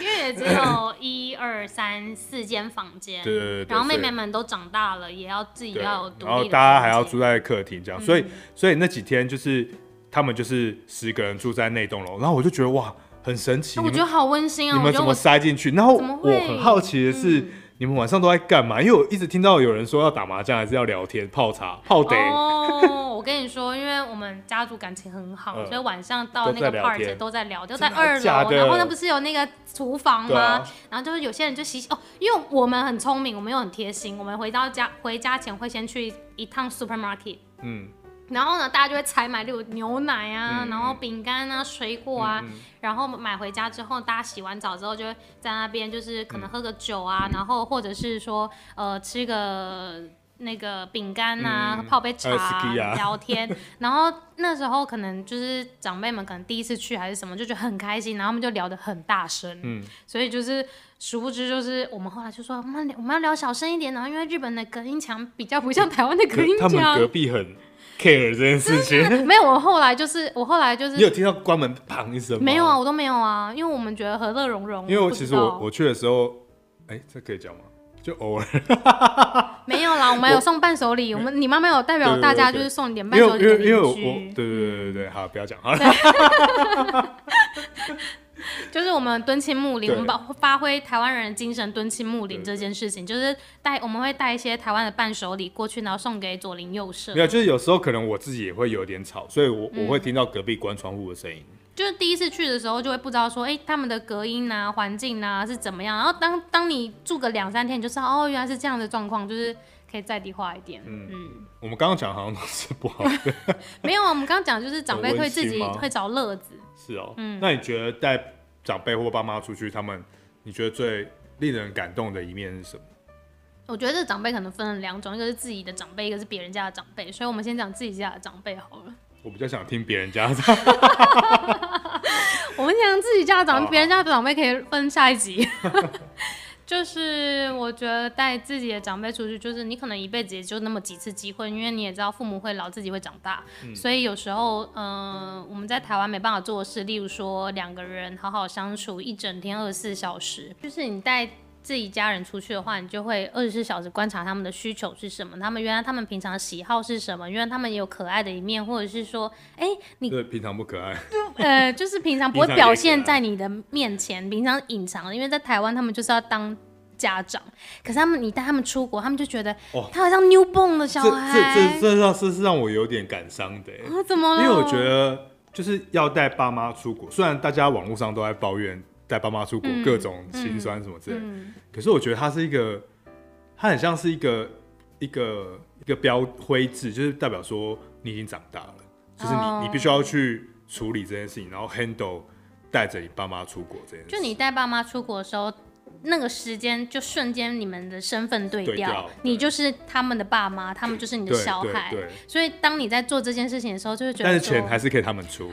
Speaker 2: 因为也只 有一二三四间房间，
Speaker 1: 对对对对
Speaker 2: 然后妹
Speaker 1: 所以
Speaker 2: 妹们都长大了，也要自己
Speaker 1: 对，
Speaker 2: 要有独立的
Speaker 1: 然后大家还要
Speaker 2: 空间嗯
Speaker 1: 住在客厅这样，所以所以那几天就是他们就是十个人住在那栋楼，然后我就觉得哇，很神奇，
Speaker 2: 哎
Speaker 1: 你
Speaker 2: 我觉得
Speaker 1: 们
Speaker 2: 好温馨
Speaker 1: 你
Speaker 2: 啊！我
Speaker 1: 们
Speaker 2: 觉
Speaker 1: 怎
Speaker 2: 得
Speaker 1: 么
Speaker 2: 我
Speaker 1: 塞进去？然后
Speaker 2: 怎么
Speaker 1: 我
Speaker 2: 会
Speaker 1: 很好奇的是
Speaker 2: 嗯，
Speaker 1: 你们晚上都在干嘛？因为我一直听到有人说要打麻将，还是要聊天、泡茶、泡得。
Speaker 2: 哦，我跟你说，因为我们家族感情很好，
Speaker 1: 嗯
Speaker 2: 所以晚上到那
Speaker 1: 都在
Speaker 2: 个
Speaker 1: 聊
Speaker 2: part
Speaker 1: 天
Speaker 2: 都在聊，都在
Speaker 1: 真的
Speaker 2: 二
Speaker 1: 假
Speaker 2: 楼，
Speaker 1: 的
Speaker 2: 然后那不是有那个厨房
Speaker 1: 对
Speaker 2: 吗？
Speaker 1: 啊
Speaker 2: 然后就是有些人就洗洗哦，因为我们很聪明，我们又很贴心，我们回到家回家前会先去一趟 supermarket。
Speaker 1: 嗯，
Speaker 2: 然后呢，大家就会采买，例如牛奶啊，
Speaker 1: 嗯
Speaker 2: 然后饼干啊、水果啊，
Speaker 1: 嗯嗯
Speaker 2: 然后买回家之后，大家洗完澡之后就会
Speaker 1: 嗯
Speaker 2: 在那边，就是可能喝个酒啊，然后或者是说呃吃个那个饼干啊，
Speaker 1: 嗯
Speaker 2: 泡杯茶、
Speaker 1: 还有 ski 啊
Speaker 2: 聊 天。然后那时候可能就是长辈们可能第一次去还是什么，就觉得很开心，然后他们就聊得很大声。
Speaker 1: 嗯
Speaker 2: 所以就是殊不知，就是我们后来就说我们要我们要聊小声一点，啊然后因为日本的隔音墙比较不像台湾的隔
Speaker 1: 可
Speaker 2: 音
Speaker 1: 他们隔
Speaker 2: 墙。
Speaker 1: 壁很 care 这件事情。
Speaker 2: 没有，我后来就是我后来就
Speaker 1: 你有
Speaker 2: 是
Speaker 1: 听到关门砰一声吗？
Speaker 2: 没有啊，，我都没有啊，因为我们觉得和乐融融。
Speaker 1: 因为我
Speaker 2: 不知
Speaker 1: 其实我
Speaker 2: 道
Speaker 1: 我去的时候，哎，这可以讲吗？就偶尔，
Speaker 2: 没有啦，我们有送伴手礼，我们你妈妈有代表
Speaker 1: 对对对
Speaker 2: 大家
Speaker 1: 对
Speaker 2: 就是送你点
Speaker 1: 因
Speaker 2: 伴
Speaker 1: 为
Speaker 2: 手礼
Speaker 1: 因
Speaker 2: 给
Speaker 1: 为因为我
Speaker 2: 邻
Speaker 1: 我对对
Speaker 2: 居，
Speaker 1: 对对对，好，不要讲啊好了。
Speaker 2: 就是我们敦亲睦邻，
Speaker 1: 对
Speaker 2: 我们把发挥台湾人的精神敦亲睦邻
Speaker 1: 对
Speaker 2: 这件事情，就是带我们会带一些台湾的伴手礼过去，然后送给左邻右舍
Speaker 1: 没。有，就是有时候可能我自己也会有点吵，所以我
Speaker 2: 嗯
Speaker 1: 我会听到隔壁关窗户的声音。
Speaker 2: 就是第一次去的时候就会不知道说，哎、他们的隔音啊、环境啊是怎么样。然后当当你住个两三天，你就知道哦，原来是这样的状况，就是可以在地化一点。嗯
Speaker 1: 我们刚刚讲好像都是不好 的，
Speaker 2: 没有啊，我们刚刚讲就是长辈
Speaker 1: 很
Speaker 2: 会
Speaker 1: 温馨
Speaker 2: 自己
Speaker 1: 吗
Speaker 2: 会找乐子。
Speaker 1: 是哦。
Speaker 2: 嗯
Speaker 1: 那你觉得带长辈或爸妈出去，他们你觉得最令人感动的一面是什么？
Speaker 2: 我觉得这长辈可能分了两种，一个是自己的长辈，一个是别人家的长辈。所以我们先讲自己家的长辈好了。
Speaker 1: 我比较想听别人家 的。
Speaker 2: 我们讲自己家的
Speaker 1: 好
Speaker 2: 长辈，
Speaker 1: 好
Speaker 2: 别人家的长辈可以分下一集。 就是我觉得带自己的长辈出去，就是你可能一辈子也就那么几次机会，因为你也知道父母会老，自己会长大，所以有时候，嗯、我们在台湾没办法做的事，例如说两个人好好相处一整天二十四小时，就是你带。自己家人出去的话，你就会二十四小时观察他们的需求是什么，他们原来他们平常喜好是什么，原来他们也有可爱的一面，或者是说，哎、你
Speaker 1: 对，平常不可爱。
Speaker 2: 呃，就是平常不会
Speaker 1: 平常也
Speaker 2: 表
Speaker 1: 可以
Speaker 2: 现
Speaker 1: 啊
Speaker 2: 在你的面前，平常隐藏，因为在台湾他们就是要当家长，可是他们你带他们出国，他们就觉得、
Speaker 1: 哦
Speaker 2: 他好像 newborn 的小
Speaker 1: 这
Speaker 2: 孩
Speaker 1: 这这，这让这是让我有点感伤的欸，
Speaker 2: 啊怎么了？
Speaker 1: 因为我觉得就是要带爸妈出国，虽然大家网络上都在抱怨带爸妈出国
Speaker 2: 嗯
Speaker 1: 各种心酸什么之类的，
Speaker 2: 嗯，
Speaker 1: 可是我觉得它是一个，它很像是一个一个一个标徽志，就是代表说你已经长大了，就是你、
Speaker 2: 哦
Speaker 1: 你必须要去处理这件事情，然后 handle 带着你爸妈出国这件事。
Speaker 2: 就你带爸妈出国的时候。那个时间就瞬间你们的身份对
Speaker 1: 对调
Speaker 2: 你
Speaker 1: 对
Speaker 2: 就是他们的爸妈，他们就是你的
Speaker 1: 对
Speaker 2: 小
Speaker 1: 对
Speaker 2: 孩。
Speaker 1: 对，
Speaker 2: 所以当你在做这件事情的时候，就会觉得
Speaker 1: 但是
Speaker 2: 说
Speaker 1: 钱还是可以他们 出。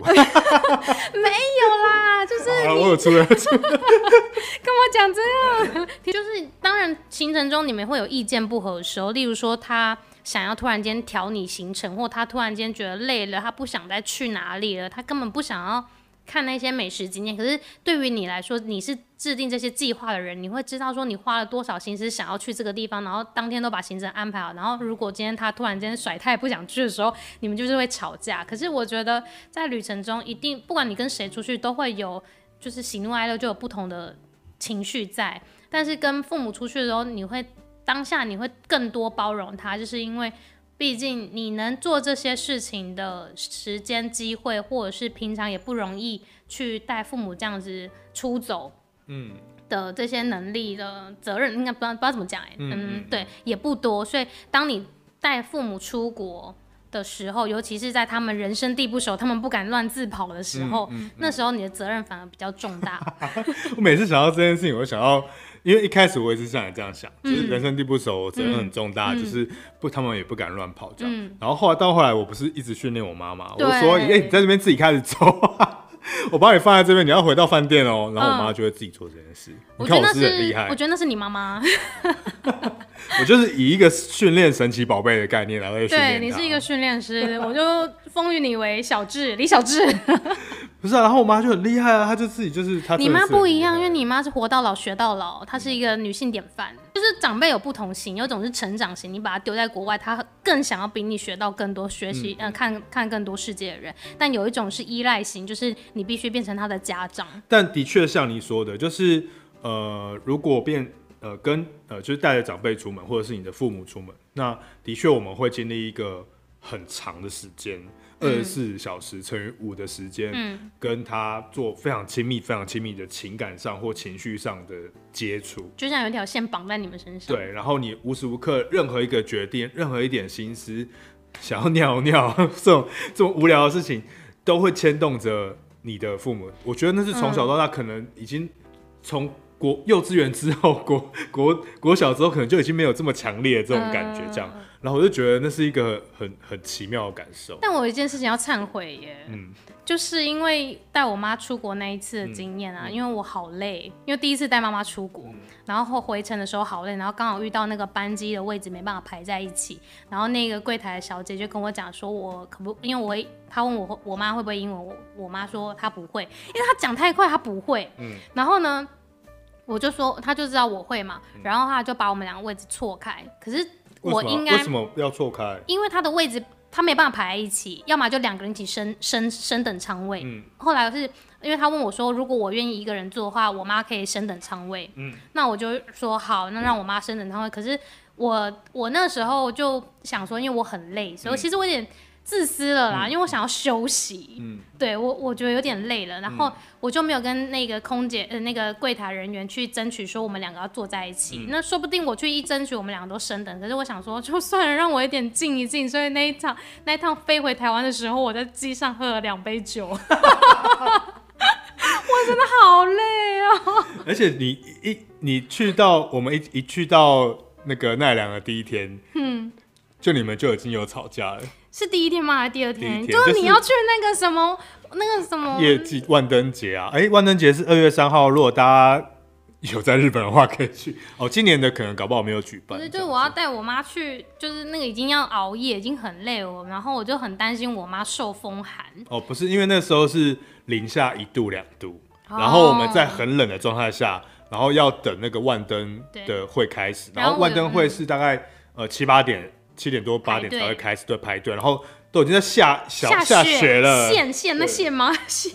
Speaker 2: 有啦，就是
Speaker 1: 好了，我有出了出，
Speaker 2: 跟我讲这样， 就是当然行程中你们会有意见不合的时候，例如说他想要突然间调你行程，或他突然间觉得累了，他不想再去哪里了，他根本不想要看那些美食景点。可是对于你来说，你是制定这些计划的人，你会知道说你花了多少心思想要去这个地方，然后当天都把行程安排好。然后如果今天他突然间甩他也不想去的时候，你们就是会吵架。可是我觉得在旅程中，一定不管你跟谁出去，都会有就是喜怒哀乐就有不同的情绪在。但是跟父母出去的时候，你会当下你会更多包容他，就是因为毕竟你能做这些事情的时间、机会，或者是平常也不容易去带父母这样子出走，
Speaker 1: 嗯，
Speaker 2: 的这些能力的责任，应该不知道不知道怎么讲哎、
Speaker 1: 嗯
Speaker 2: 嗯
Speaker 1: 嗯
Speaker 2: 对，也不多，所以当你带父母出国的时候，尤其是在他们人生地不熟，他们不敢乱自跑的时候，
Speaker 1: 嗯
Speaker 2: 那时候你的责任反而比较重大。
Speaker 1: 我 每次想到这件事情，我就想到，因为一开始我也是像你这样想，
Speaker 2: 嗯
Speaker 1: 就是人生地不熟，责任很重大，就是不他们也不敢乱跑这样。然后后来到后来，我不是一直训练我妈妈，我
Speaker 2: 嗯对
Speaker 1: 就说：“哎、你在这边自己开始走、 我把你放在这边，你要回到饭店哦。”然后我妈就会自己做这件事。
Speaker 2: 嗯我
Speaker 1: 你
Speaker 2: 觉
Speaker 1: 看
Speaker 2: 得
Speaker 1: 我是
Speaker 2: 那
Speaker 1: 不是很厉害，
Speaker 2: 我觉得那是你妈妈，
Speaker 1: 我就是以一个训练神奇宝贝的概念来为训
Speaker 2: 对
Speaker 1: 练
Speaker 2: 你
Speaker 1: 她
Speaker 2: 是一个训练 师，我就封于你为小智，李小智。
Speaker 1: 不是、啊？然后我妈就很厉害啊，她就自己就是她
Speaker 2: 你
Speaker 1: 真的
Speaker 2: 妈
Speaker 1: 是很
Speaker 2: 不一
Speaker 1: 厉害啊
Speaker 2: 样，因为你妈是活到老学到老，她是一个女性典范。就是长辈有不同型，有种是成长型，你把她丢在国外，她更想要比你学到更多，学习嗯、呃看看更多世界的人。但有一种是依赖型，就是你必须变成她的家长。
Speaker 1: 但的确像你说的，就是呃，如果变呃跟呃就是带着长辈出门，或者是你的父母出门，那的确我们会经历一个很长的时间，二十四小时乘以五的时间，
Speaker 2: 嗯
Speaker 1: 跟他做非常亲密、非常亲密的情感上或情绪上的接触。
Speaker 2: 就像有一条线绑在你们身上。
Speaker 1: 对，然后你无时无刻任何一个决定，任何一点心思，想要尿尿 这种这种无聊的事情，
Speaker 2: 嗯
Speaker 1: 都会牵动着你的父母。我觉得那是从小到大可能已经从国幼稚园之后，国国国小之后，可能就已经没有这么强烈的这种感觉，这样。
Speaker 2: 嗯
Speaker 1: 然后我就觉得那是一个很很奇妙的感受。
Speaker 2: 但我有一件事情要忏悔耶，
Speaker 1: 嗯
Speaker 2: 就是因为带我妈出国那一次的经验
Speaker 1: 嗯
Speaker 2: 啊，因为我好累，因为第一次带妈妈出国，然后回程的时候好累，然后刚好遇到那个班机的位置没办法排在一起，然后那个柜台的小姐就跟我讲说，我可不，因为我会她问我我妈会不会英文，我我妈说她不会，因为她讲太快，她不会。
Speaker 1: 嗯
Speaker 2: 然后呢，我就说她就知道我会嘛，然后她就把我们两个位置错开，可是我
Speaker 1: 嗯为什么
Speaker 2: 应该
Speaker 1: 为什么要错开？
Speaker 2: 因为他的位置他没办法排在一起，要么就两个人一起升升升等舱位。
Speaker 1: 嗯
Speaker 2: 后来是因为他问我说，如果我愿意一个人坐的话，我妈可以升等舱位。
Speaker 1: 嗯
Speaker 2: 那我就说好，那让我妈升等舱位。可是我我那时候就想说，因为我很累，所以
Speaker 1: 嗯
Speaker 2: 其实我有点自私了啦，因为我想要休息。
Speaker 1: 嗯
Speaker 2: 对我，我觉得有点累了，然后我就没有跟那个空姐呃那个柜台人员去争取说我们两个要坐在一起。
Speaker 1: 嗯
Speaker 2: 那说不定我去一争取，我们两个都升等。可是我想说，就算了，让我一点静一静。所以那一趟那一趟飞回台湾的时候，我在机上喝了两杯酒， 我真的好累啊！
Speaker 1: 而且你一你去到我们一一去到那个奈良的第一天，嗯，就你们就已经有吵架了，
Speaker 2: 是第一天吗？还是第二天？
Speaker 1: 第一天
Speaker 2: 就是
Speaker 1: 就是
Speaker 2: 你要去那个什么那个什么
Speaker 1: 业绩万灯节啊，哎、万灯节是二月三号，如果大家有在日本的话可以去哦，今年的可能搞不好没有举办，
Speaker 2: 不是，
Speaker 1: 这
Speaker 2: 就是
Speaker 1: 样
Speaker 2: 我要带我妈去，就是那个已经要熬夜，已经很累了，然后我就很担心我妈受风寒。
Speaker 1: 哦，不是，因为那时候是零下一度两度，
Speaker 2: 哦
Speaker 1: 然后我们在很冷的状态下，然后要等那个万灯的会开始，
Speaker 2: 对
Speaker 1: 然后万
Speaker 2: 然
Speaker 1: 灯
Speaker 2: 后我
Speaker 1: 会是大概、呃七八点七点多八
Speaker 2: 排
Speaker 1: 点
Speaker 2: 队
Speaker 1: 才会开始对排队，然后都已经在下小
Speaker 2: 下
Speaker 1: 雪了，
Speaker 2: 线线那
Speaker 1: 对
Speaker 2: 线吗？ 线。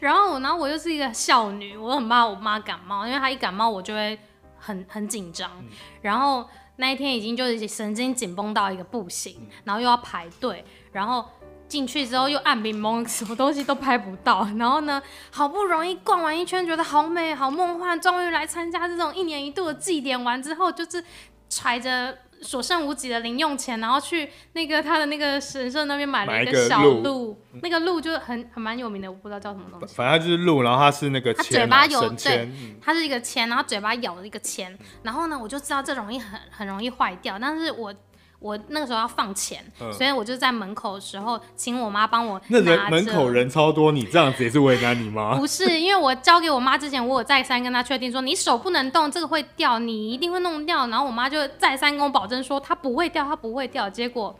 Speaker 2: 然后我，然后我又是一个少女，我很怕我妈感冒，因为她一感冒我就会很很紧张。
Speaker 1: 嗯
Speaker 2: 然后那一天已经就是神经紧绷到一个不
Speaker 1: 嗯
Speaker 2: 行，然后又要排队，然后。进去之后又暗冰蒙， 什么东西都拍不到。然后呢，好不容易逛完一圈，觉得好美、好梦幻，终于来参加这种一年一度的祭典。完之后，就是揣着所剩无几的零用钱，然后去那个他的那个神社那边买了
Speaker 1: 买
Speaker 2: 一
Speaker 1: 一
Speaker 2: 个
Speaker 1: 个
Speaker 2: 小
Speaker 1: 鹿
Speaker 2: 鹿，那个鹿就是很很蛮有名的，我不知道叫什么东西。
Speaker 1: 反正它就是路，然后它是那个
Speaker 2: 它
Speaker 1: 签
Speaker 2: 嘴巴
Speaker 1: 啊、
Speaker 2: 有
Speaker 1: 绳
Speaker 2: 对
Speaker 1: 签，嗯
Speaker 2: 它是一个签，然后嘴巴咬了一个签，然后呢，我就知道这容易很很容易坏掉，但是我我那个时候要放钱，
Speaker 1: 嗯
Speaker 2: 所以我就在门口的时候请我妈帮我
Speaker 1: 那
Speaker 2: 拿
Speaker 1: 人门
Speaker 2: 着
Speaker 1: 口。人超多，你这样子也是为难你吗？
Speaker 2: 不是，因为我交给我妈之前，我有再三跟她确定说，你手不能动，这个会掉，你一定会弄掉。然后我妈就再三跟我保证说，它不会掉，它不会掉。结果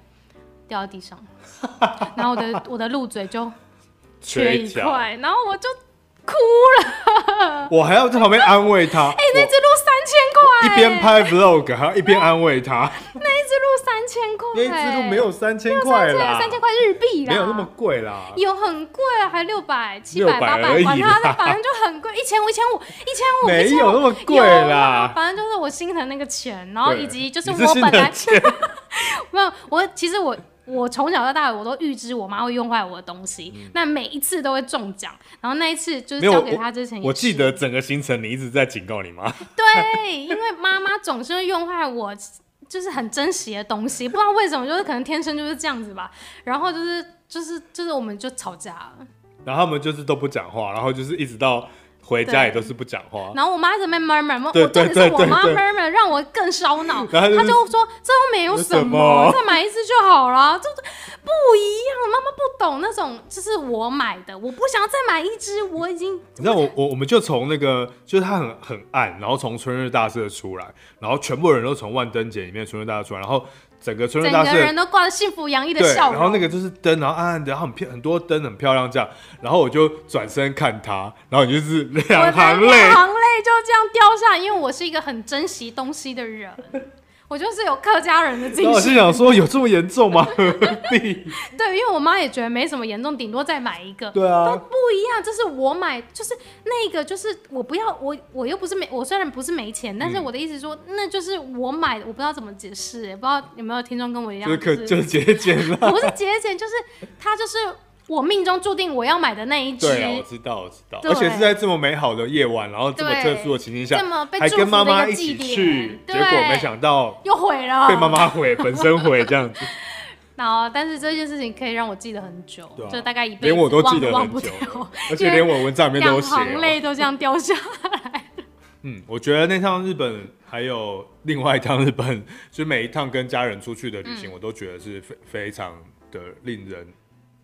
Speaker 2: 掉到地上，然后我的我的鹿嘴就缺一
Speaker 1: 条，
Speaker 2: 块，然后我就哭哎
Speaker 1: 我还要在旁边安慰 他。哎、
Speaker 2: 那只鹿三千块、
Speaker 1: 一边拍 vlog 还要一边安慰 他，
Speaker 2: 那一只鹿三千块、
Speaker 1: 那一只鹿没有三千块
Speaker 2: 三千
Speaker 1: 啦，
Speaker 2: 三千块日币啦，
Speaker 1: 没有那么贵啦。
Speaker 2: 有很贵啊，还六百、七
Speaker 1: 600
Speaker 2: 百、八
Speaker 1: 而
Speaker 2: 百，
Speaker 1: 已
Speaker 2: 管
Speaker 1: 啦
Speaker 2: 它的，反正就很贵，一千五、一千五、一千五，
Speaker 1: 没有那么贵
Speaker 2: 有啊
Speaker 1: 啦
Speaker 2: 反正就是我心疼那个钱，然后
Speaker 1: 对
Speaker 2: 以及就是
Speaker 1: 你是
Speaker 2: 我
Speaker 1: 心
Speaker 2: 本来
Speaker 1: 疼钱
Speaker 2: 没有，我其实我我从小到大我都预知我妈会用坏我的东西，那每一次都会中奖，然后那一次就
Speaker 1: 嗯
Speaker 2: 是
Speaker 1: 没有
Speaker 2: 交给她之前 也
Speaker 1: 我记
Speaker 2: 是
Speaker 1: 得整个行程你一直在警告你妈，
Speaker 2: 对，因为妈妈总是会用坏我，就是很珍惜的东西，不知道为什么，就是可能天生就是这样子吧。然后就是就是就是我们就吵架了，
Speaker 1: 然后他们就是都不讲话，然后就是一直到回家
Speaker 2: 对
Speaker 1: 也都是不讲话。
Speaker 2: 然后我妈一直在 murmur，我
Speaker 1: 对
Speaker 2: 我重点
Speaker 1: 对对
Speaker 2: 是我妈
Speaker 1: 对对
Speaker 2: murmur 让我更烧脑，
Speaker 1: 然后
Speaker 2: 她
Speaker 1: 就是
Speaker 2: 就说这又没有
Speaker 1: 有
Speaker 2: 什
Speaker 1: 什
Speaker 2: 么
Speaker 1: 么，
Speaker 2: 再买一次就好了，就是不一样。妈妈不懂那种，就是我买的，我不想要再买一只，我 已经
Speaker 1: 你知道我我我们就从那个就是它很很暗，然后从春日大社出来，然后全部人都从万灯节里面春日大社出来，然后整个春日
Speaker 2: 整
Speaker 1: 大
Speaker 2: 个
Speaker 1: 社
Speaker 2: 人都挂着幸福洋溢的
Speaker 1: 对，
Speaker 2: 笑容。
Speaker 1: 然后那个就是灯，然后暗暗的，然后很漂很多灯很漂亮这样，然后我就转身看他，然后你就是
Speaker 2: 我
Speaker 1: 两
Speaker 2: 的
Speaker 1: 行泪，
Speaker 2: 行泪就这样掉下来，因为我是一个很珍惜东西的人，我就是有客家人的精
Speaker 1: 然后我
Speaker 2: 神
Speaker 1: 心。想说有这么严重 吗？何必？
Speaker 2: 对，因为我妈也觉得没什么严重，顶多再买一个。
Speaker 1: 对啊，
Speaker 2: 不一样，这是我买，就是那个，就是我不要，我我又不是没，我虽然不是没钱，但是
Speaker 1: 嗯
Speaker 2: 我的意思说，那就是我买的，我不知道怎么解释，欸也不知道有没有听众跟我一样，
Speaker 1: 就是可
Speaker 2: 就是
Speaker 1: 就是节俭了。
Speaker 2: 不是节俭，就是它就是我命中注定我要买的那一只，
Speaker 1: 对啊，我知道，我知道，
Speaker 2: 对
Speaker 1: 而且是在这么美好的夜晚，然后这么特殊的情境下
Speaker 2: 这么被，
Speaker 1: 还
Speaker 2: 祝福
Speaker 1: 跟
Speaker 2: 的
Speaker 1: 妈妈
Speaker 2: 一
Speaker 1: 一
Speaker 2: 个祭
Speaker 1: 起
Speaker 2: 典
Speaker 1: 去，结
Speaker 2: 对
Speaker 1: 果没想到
Speaker 2: 又毁了，
Speaker 1: 被妈妈 毁，本身毁这样子，
Speaker 2: 然后，但是这件事情可以让我记得很久，
Speaker 1: 对啊
Speaker 2: 就大概一辈子
Speaker 1: 连我都记得
Speaker 2: 忘
Speaker 1: 很
Speaker 2: 忘不
Speaker 1: 久
Speaker 2: 掉，
Speaker 1: 而且连我文章里面都
Speaker 2: 两
Speaker 1: 有写
Speaker 2: 行
Speaker 1: 哦。
Speaker 2: 泪都这样掉下来。
Speaker 1: 嗯，我觉得那趟日本还有另外一趟日本， 就每一趟跟家人出去的旅行，
Speaker 2: 嗯
Speaker 1: 我都觉得是非非常的令人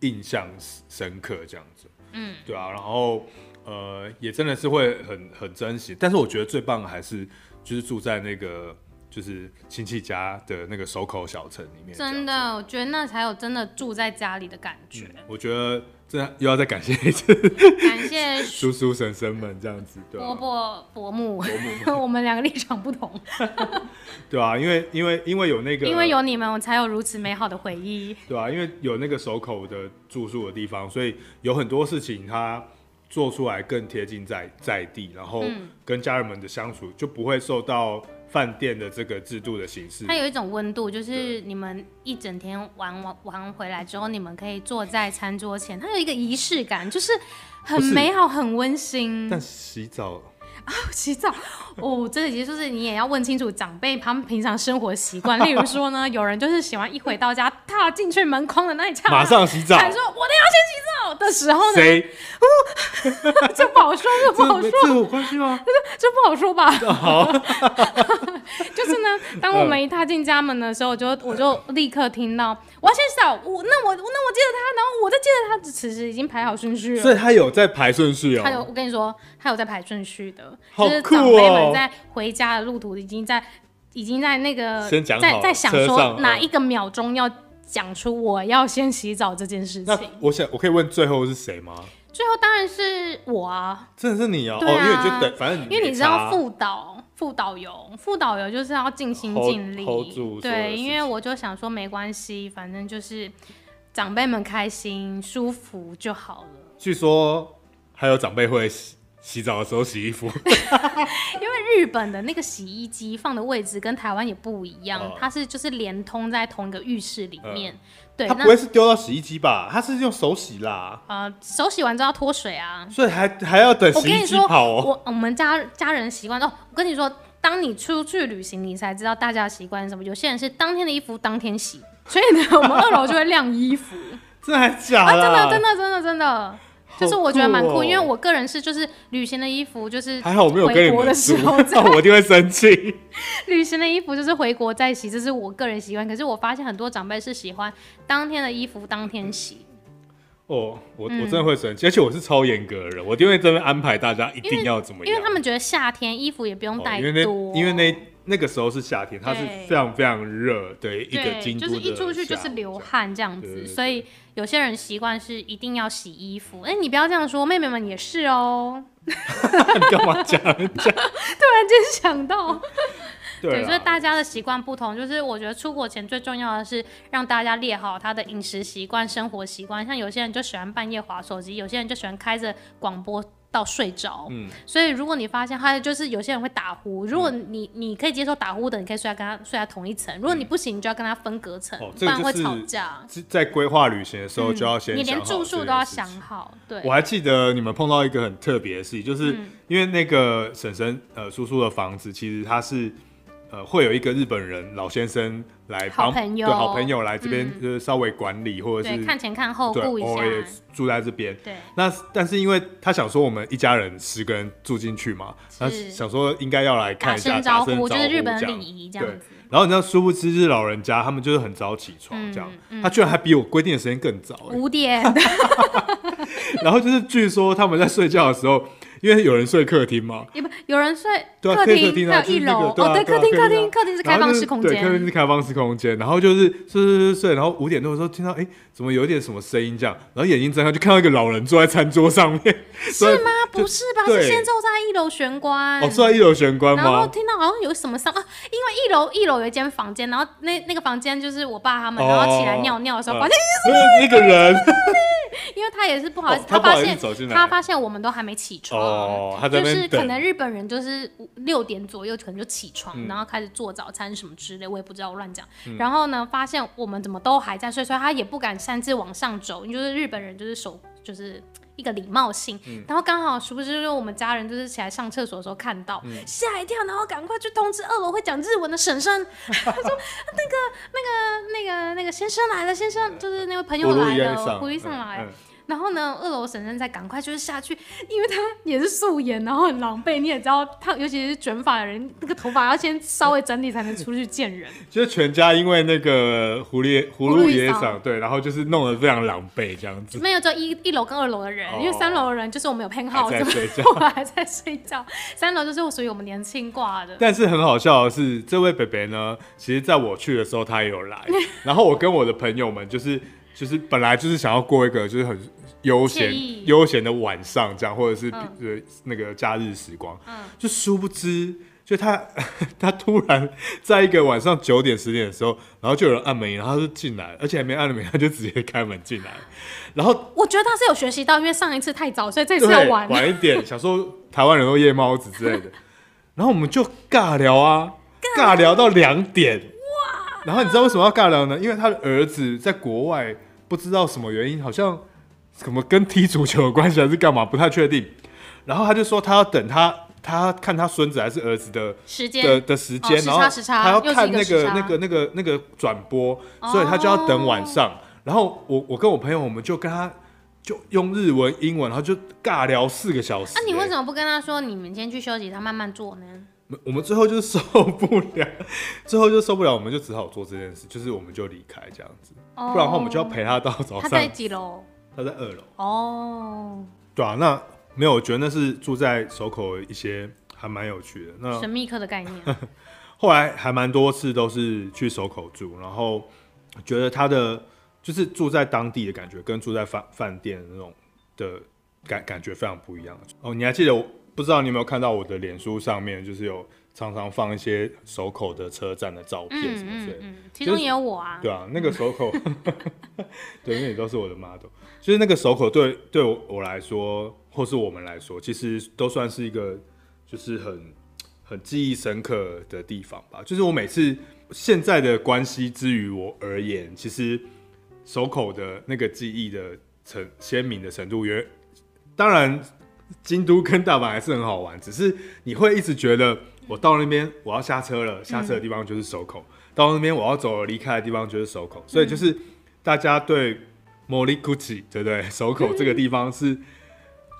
Speaker 1: 印象深刻这样子。嗯，对啊，然后呃，也真的是会很很珍惜，但是我觉得最棒的还是就是住在那个就是亲戚家的那个手口小城里面，
Speaker 2: 真
Speaker 1: 的。
Speaker 2: 的，我觉得那才有真的住在家里的感觉。
Speaker 1: 嗯我觉得真的又要再感谢一次
Speaker 2: 感谢
Speaker 1: 叔叔婶婶们这样子，对吧、啊
Speaker 2: 伯伯伯母， 我们两个立场不同，
Speaker 1: 对啊，因为因为因为有那个，
Speaker 2: 因为有你们，我才有如此美好的回忆。
Speaker 1: 对啊，因为有那个手口的住宿的地方，所以有很多事情它做出来更贴近在在地，然后
Speaker 2: 嗯
Speaker 1: 跟家人们的相处就不会受到饭店的这个制度的形式
Speaker 2: 它。有一种温度，就是你们一整天玩玩玩回来之后，你们可以坐在餐桌前，它有一个仪式感，就是很
Speaker 1: 不是
Speaker 2: 美好、很温馨。
Speaker 1: 但洗澡，
Speaker 2: 洗澡哦，这已经就是你也要问清楚长辈他们平常生活习 惯，例如说呢，有人就是喜欢一回到家踏进去门框的那一刹那，
Speaker 1: 马上洗澡，
Speaker 2: 喊说我得要先洗澡的时候 呢，
Speaker 1: 谁？
Speaker 2: 这不好说，这不好
Speaker 1: 这
Speaker 2: 说，
Speaker 1: 这有关系吗？
Speaker 2: 这不好说吧？
Speaker 1: 好，
Speaker 2: 就是呢，当我们一踏进家门的时候，我就我就立刻听到我要先洗澡，我那我那我接着他，然后我再接着他，此时已经排好顺序了
Speaker 1: 所。以他有在排顺序
Speaker 2: 还有，
Speaker 1: 哦。
Speaker 2: 我跟你说，还有在排顺序的，
Speaker 1: 好
Speaker 2: 就是
Speaker 1: 酷
Speaker 2: 长辈
Speaker 1: 哦
Speaker 2: 们在回家的路途已经在已经在那个
Speaker 1: 先讲
Speaker 2: 在
Speaker 1: 好
Speaker 2: 在想
Speaker 1: 车
Speaker 2: 说
Speaker 1: 上
Speaker 2: 哪
Speaker 1: 哦
Speaker 2: 一个秒钟要讲出我要先洗澡这件事
Speaker 1: 那
Speaker 2: 情。
Speaker 1: 我想，我可以问最后是谁吗？
Speaker 2: 最后当然是我啊，
Speaker 1: 真的是你哦，哦，
Speaker 2: 对
Speaker 1: 因为
Speaker 2: 啊
Speaker 1: 你就等，反正
Speaker 2: 因为
Speaker 1: 没
Speaker 2: 你知道
Speaker 1: 差
Speaker 2: 副导副导游副导游就是要尽心
Speaker 1: Hold-
Speaker 2: 尽力
Speaker 1: hold 住所有的
Speaker 2: 对，
Speaker 1: 事
Speaker 2: 因为
Speaker 1: 情
Speaker 2: 我就想说没关系，反正就是长辈们开心舒服就好了。
Speaker 1: 据说还有长辈会洗洗澡的时候洗衣服，
Speaker 2: 因为日本的那个洗衣机放的位置跟台湾也不一样，
Speaker 1: 哦
Speaker 2: 它是就是连通在同一个浴室里
Speaker 1: 嗯
Speaker 2: 面。对，
Speaker 1: 他
Speaker 2: 那
Speaker 1: 不会是丢到洗衣机吧？他是用手洗啦，
Speaker 2: 呃，手洗完之后要脱水啊。
Speaker 1: 所以还还要 等
Speaker 2: 我
Speaker 1: 洗
Speaker 2: 跟
Speaker 1: 衣
Speaker 2: 你
Speaker 1: 机
Speaker 2: 说，
Speaker 1: 跑哦。
Speaker 2: 我我们家家人习惯哦，我跟你说，当你出去旅行，你才知道大家的习惯是什么。有些人是当天的衣服当天洗， 所以呢，我们二楼就会晾衣服。
Speaker 1: 真的还假
Speaker 2: 啊，真
Speaker 1: 啦哦
Speaker 2: 的，真的，真的，真的。就是我觉得蛮酷，因为我个人是就是旅行的衣服，就是
Speaker 1: 还好我没有跟你
Speaker 2: 回国
Speaker 1: 们
Speaker 2: 的时
Speaker 1: 住，
Speaker 2: 候再
Speaker 1: 那 我一定会生气。
Speaker 2: 旅行的衣服就是回国再洗，这是我个人习惯。可是我发现很多长辈是喜欢当天的衣服当天洗，
Speaker 1: 哦，我我
Speaker 2: 嗯
Speaker 1: 真的会生气，而且我是超严格的人，我一定会真的安排大家一定要怎么样，
Speaker 2: 因为他们觉得夏天衣服也不用
Speaker 1: 哦
Speaker 2: 带
Speaker 1: 因为
Speaker 2: 多、
Speaker 1: 那因为那那个时候是夏天，它是
Speaker 2: 对
Speaker 1: 非常非常热，对一个
Speaker 2: 对，
Speaker 1: 京都
Speaker 2: 就
Speaker 1: 的
Speaker 2: 是一出去就是
Speaker 1: 下午
Speaker 2: 流汗这样
Speaker 1: 对对
Speaker 2: 子，
Speaker 1: 对
Speaker 2: 所以有些人习惯是一定要洗衣服。哎、你不要这样说，妹妹们也是哦。
Speaker 1: 这样，你 干嘛讲？
Speaker 2: 突然间想到，对，
Speaker 1: 啦
Speaker 2: 所以大家的习惯不同，就是我觉得出国前最重要的是让大家列好他的饮食习惯、生活习惯。像有些人就喜欢半夜划手机，有些人就喜欢开着广播到睡着。
Speaker 1: 嗯
Speaker 2: 所以如果你发现他就是有些人会打呼，如果你你可以接受打呼的，你可以睡在跟他睡在同一层；如果你不行，你就要跟他分隔层，
Speaker 1: 嗯哦
Speaker 2: 不
Speaker 1: 这个
Speaker 2: 然
Speaker 1: 就
Speaker 2: 会
Speaker 1: 是
Speaker 2: 吵架。
Speaker 1: 在规划旅行的时候就要先、
Speaker 2: 嗯你连住宿都要想
Speaker 1: 好。
Speaker 2: 好，对嗯
Speaker 1: 我，还记得你们碰到一个很特别的事情，就是因为那个婶婶呃叔叔的房子，其实他是呃会有一个日本人老先生来帮
Speaker 2: 好朋友嗯
Speaker 1: 对好朋友来这边就是稍微管理、或者是
Speaker 2: 对，看前看后
Speaker 1: 对
Speaker 2: 顾一
Speaker 1: 偶
Speaker 2: 下
Speaker 1: 尔，也住在这边。
Speaker 2: 对。
Speaker 1: 那但是因为他想说我们一家人十个人住进去嘛，他
Speaker 2: 是
Speaker 1: 想说应该要来看
Speaker 2: 打
Speaker 1: 一下
Speaker 2: 声招
Speaker 1: 打
Speaker 2: 呼就是日本
Speaker 1: 这
Speaker 2: 的
Speaker 1: 样
Speaker 2: 礼仪这样
Speaker 1: 对
Speaker 2: 子。
Speaker 1: 然后你知道，殊不知是老人家，他们就是很早起床这样，
Speaker 2: 嗯
Speaker 1: 他居然还比我规定的时间更早、欸
Speaker 2: 五点，
Speaker 1: 然后就是据说他们在睡觉的时候，因为有人睡客厅嘛，
Speaker 2: 有有人睡
Speaker 1: 对啊
Speaker 2: 客
Speaker 1: 客
Speaker 2: 厅，
Speaker 1: 厅
Speaker 2: 还
Speaker 1: 啊
Speaker 2: 有一
Speaker 1: 就是那个
Speaker 2: 楼
Speaker 1: 对啊
Speaker 2: 哦，对，
Speaker 1: 对啊
Speaker 2: 客厅，
Speaker 1: 客
Speaker 2: 客
Speaker 1: 厅啊
Speaker 2: 厅，客厅是
Speaker 1: 然
Speaker 2: 开
Speaker 1: 后
Speaker 2: 放
Speaker 1: 就是
Speaker 2: 式空
Speaker 1: 对，客厅
Speaker 2: 间，
Speaker 1: 是开放式空间。然后就是睡睡睡睡，然后五点多的时候听到哎、诶怎么有一点什么声音这样，然后眼睛睁开就看到一个老人坐在餐桌上面，
Speaker 2: 是吗？不是吧？
Speaker 1: 对
Speaker 2: 是先坐在一楼玄关
Speaker 1: 哦，，坐在一楼玄关
Speaker 2: 然后
Speaker 1: 吗？
Speaker 2: 听到好像有什么声啊，因为一楼一楼有一间房间，然后那那个房间就是我爸他们，
Speaker 1: 哦嗯
Speaker 2: 然后起来尿尿的时候，发现，
Speaker 1: 那个人
Speaker 2: 因为他也是不好意思
Speaker 1: 哦，他
Speaker 2: 他
Speaker 1: 不好
Speaker 2: 发
Speaker 1: 意思
Speaker 2: 现
Speaker 1: 走进来
Speaker 2: 他发现我们都还没起床。
Speaker 1: 哦，他在
Speaker 2: 就
Speaker 1: 那
Speaker 2: 是
Speaker 1: 边
Speaker 2: 可
Speaker 1: 等
Speaker 2: 能日本人就是五六点左右可能就起床，
Speaker 1: 嗯
Speaker 2: 然后开始做早餐什么之类，我也不知道我乱讲。然后呢，发现我们怎么都还在睡，所以他也不敢擅自往上走。因为就是日本人就是手就是一个礼貌性，
Speaker 1: 嗯
Speaker 2: 然后刚好殊不知就是我们家人就是起来上厕所的时候看到，
Speaker 1: 嗯
Speaker 2: 吓、一跳，然后赶快去通知二楼会讲日文的婶 婶，他说那个那个那个那个先生来了，先生就是那位朋友
Speaker 1: 葫芦
Speaker 2: 来
Speaker 1: 烟
Speaker 2: 了，
Speaker 1: 啊上，
Speaker 2: 狐狸上来了。
Speaker 1: 嗯嗯
Speaker 2: 然后呢，二楼婶婶才赶快就是下去，因为她也是素颜，然后很狼狈。你也知道，她尤其是卷发的人，那个头发要先稍微整理才能出去 见人。
Speaker 1: 就是全家因为那个狐狸葫芦野
Speaker 2: 葫芦野
Speaker 1: 赏对，然后就是弄得非常狼狈这样子，
Speaker 2: 没有，就一一楼跟二楼的人，
Speaker 1: 哦
Speaker 2: 因为三楼的人就是我们有偏好，
Speaker 1: 还在睡觉。
Speaker 2: 我们还在睡觉。三楼就是属于我们年轻挂的，
Speaker 1: 但是很好笑的是，这位北北呢，其实在我去的时候他也有 来，然后我跟我的朋友们就是就是本来就是想要过一个就是很悠闲
Speaker 2: 惬意
Speaker 1: 悠闲的晚上这样，或者是
Speaker 2: 嗯
Speaker 1: 呃那个假日时光，就殊不知。就他， 他突然在一个晚上九点十点的时候，然后就有人按门铃，然后他就进来，而且还没按门铃，他就直接开门进来，然后
Speaker 2: 我觉得他是有学习到，因为上一次太早，所以这次
Speaker 1: 对，
Speaker 2: 要晚。
Speaker 1: 一点，想说台湾人都夜猫子之类的，然后我们就尬聊啊，尬聊到两点，哇！然后你知道为什么要尬聊呢？因为他的儿子在国外不知道什么原因，好像什么跟踢足球有关系还是干嘛，不太确定。然后他就说他要等他他看他孙子还是儿子的
Speaker 2: 时
Speaker 1: 的
Speaker 2: 间
Speaker 1: 的时
Speaker 2: 哦
Speaker 1: 间，
Speaker 2: 时
Speaker 1: 然后
Speaker 2: 差时差
Speaker 1: 他要
Speaker 2: 又是一
Speaker 1: 看
Speaker 2: 个
Speaker 1: 那
Speaker 2: 时
Speaker 1: 个
Speaker 2: 差哦
Speaker 1: 那个那个那个转播，所以他就要等晚上。然后我我跟我朋友，我们就跟他就用日文、英文，然后就尬聊四个小时、
Speaker 2: 那、你为什
Speaker 1: 么？
Speaker 2: 么不跟他说你们先去休息，他慢慢做呢？
Speaker 1: 我们最后就是受不了，最后就受不了，我们就只好做这件事，就是我们就离开这样子，
Speaker 2: 哦
Speaker 1: 不然的话我们就要陪他到早
Speaker 2: 他
Speaker 1: 上。
Speaker 2: 在几楼？
Speaker 1: 他在二楼，
Speaker 2: 哦，
Speaker 1: 对啊，那没有，我觉得那是住在首口一些还蛮有趣的。那
Speaker 2: 神秘客的概念。
Speaker 1: 后来还蛮多次都是去守口住，然后觉得他的就是住在当地的感觉，跟住在饭饭店那种的感感觉非常不一样。哦，你还记得我？不知道你有没有看到我的脸书上面，就是有常常放一些守口的车站的照片什么之类的。
Speaker 2: 嗯嗯，其中也有我啊。
Speaker 1: 对啊，那个手口，对，因为你都是我的 model，就是那个手口对对我我来说，或是我们来说，其实都算是一个就是很很记忆深刻的地方吧。就是我每次现在的关系之于我而言，其实手口的那个记忆的程鲜明的程度，远当然京都跟大阪还是很好玩，只是你会一直觉得我到那边我要下车了，下车的地方就是手口，到那边我要走了离开的地方就是手口，所以
Speaker 2: 嗯
Speaker 1: 就是大家对 Moriguchi 对不对？ 手口这个地方是。
Speaker 2: 嗯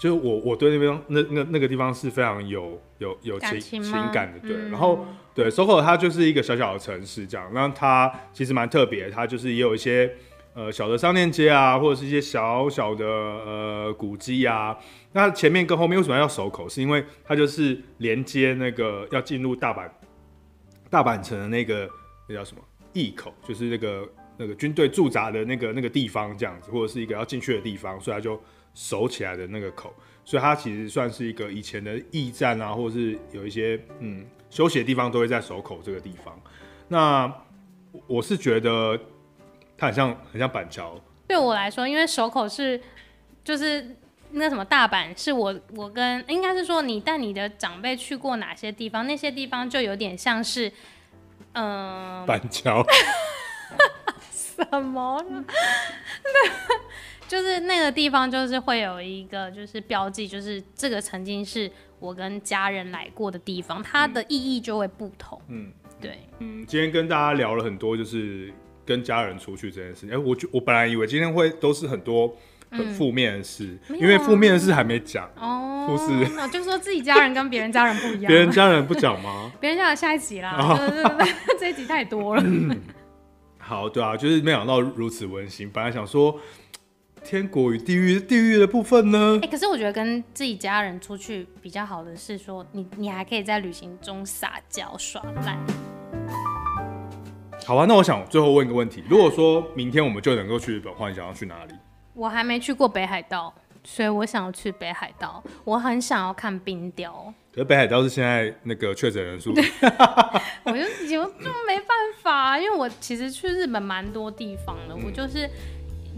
Speaker 1: 就是我，我对那边那那那个地方是非常有有有情
Speaker 2: 感情吗
Speaker 1: 感的，对。
Speaker 2: 嗯
Speaker 1: 然后对 SOHO 它就是一个小小的城市这样，那它其实蛮特别，它就是也有一些呃小的商店街啊，或者是一些小小的呃古迹啊，那前面跟后面为什么要守口？是因为它就是连接那个要进入大阪大阪城的那个那叫什么驿口，就是那个那个军队驻扎的那个那个地方这样子，或者是一个要进去的地方，所以它就守起来的那个口，所以它其实算是一个以前的驿站啊，或者是有一些嗯休息的地方都会在守口这个地方。那我我是觉得它很像很像板桥，
Speaker 2: 对我来说，因为手口是就是那什么大阪，是我我跟应该是说你带你的长辈去过哪些地方，那些地方就有点像是， 嗯、
Speaker 1: 板 桥
Speaker 2: 什么呢？ 就是那个地方，就是会有一个就是标记，就是这个曾经是我跟家人来过的地方，它的意义就会不同。
Speaker 1: 嗯。
Speaker 2: 对，
Speaker 1: 嗯，今天跟大家聊了很多，就是跟家人出去这件事情。哎、我觉我本来以为今天会都是很多很负面的事，
Speaker 2: 嗯没有啊
Speaker 1: 因为负面的事还没讲，
Speaker 2: 哦，
Speaker 1: 不是
Speaker 2: 我就说自己家人跟别人家人不 一样，
Speaker 1: 嗯
Speaker 2: 啊
Speaker 1: 别人家人不讲 吗？
Speaker 2: 别人家人下一集啦，对对对对，这一集太多了。
Speaker 1: 好，对啊，就是没想到如此温馨。本来想说天国与地狱，地狱的部分呢
Speaker 2: 哎、，可是我觉得跟自己家人出去比较好的是说，你你还可以在旅行中撒娇耍赖。
Speaker 1: 好啊，那我想最后问一个问题：如果说明天我们就能够去日本，话你想要去哪里？
Speaker 2: 我还没去过北海道，所以我想要去北海道，我很想要看冰雕，
Speaker 1: 可是北海道是现在那个确诊人数
Speaker 2: 我就已经就没办法、啊因为我其实去日本蛮多地方的，
Speaker 1: 嗯
Speaker 2: 我就是。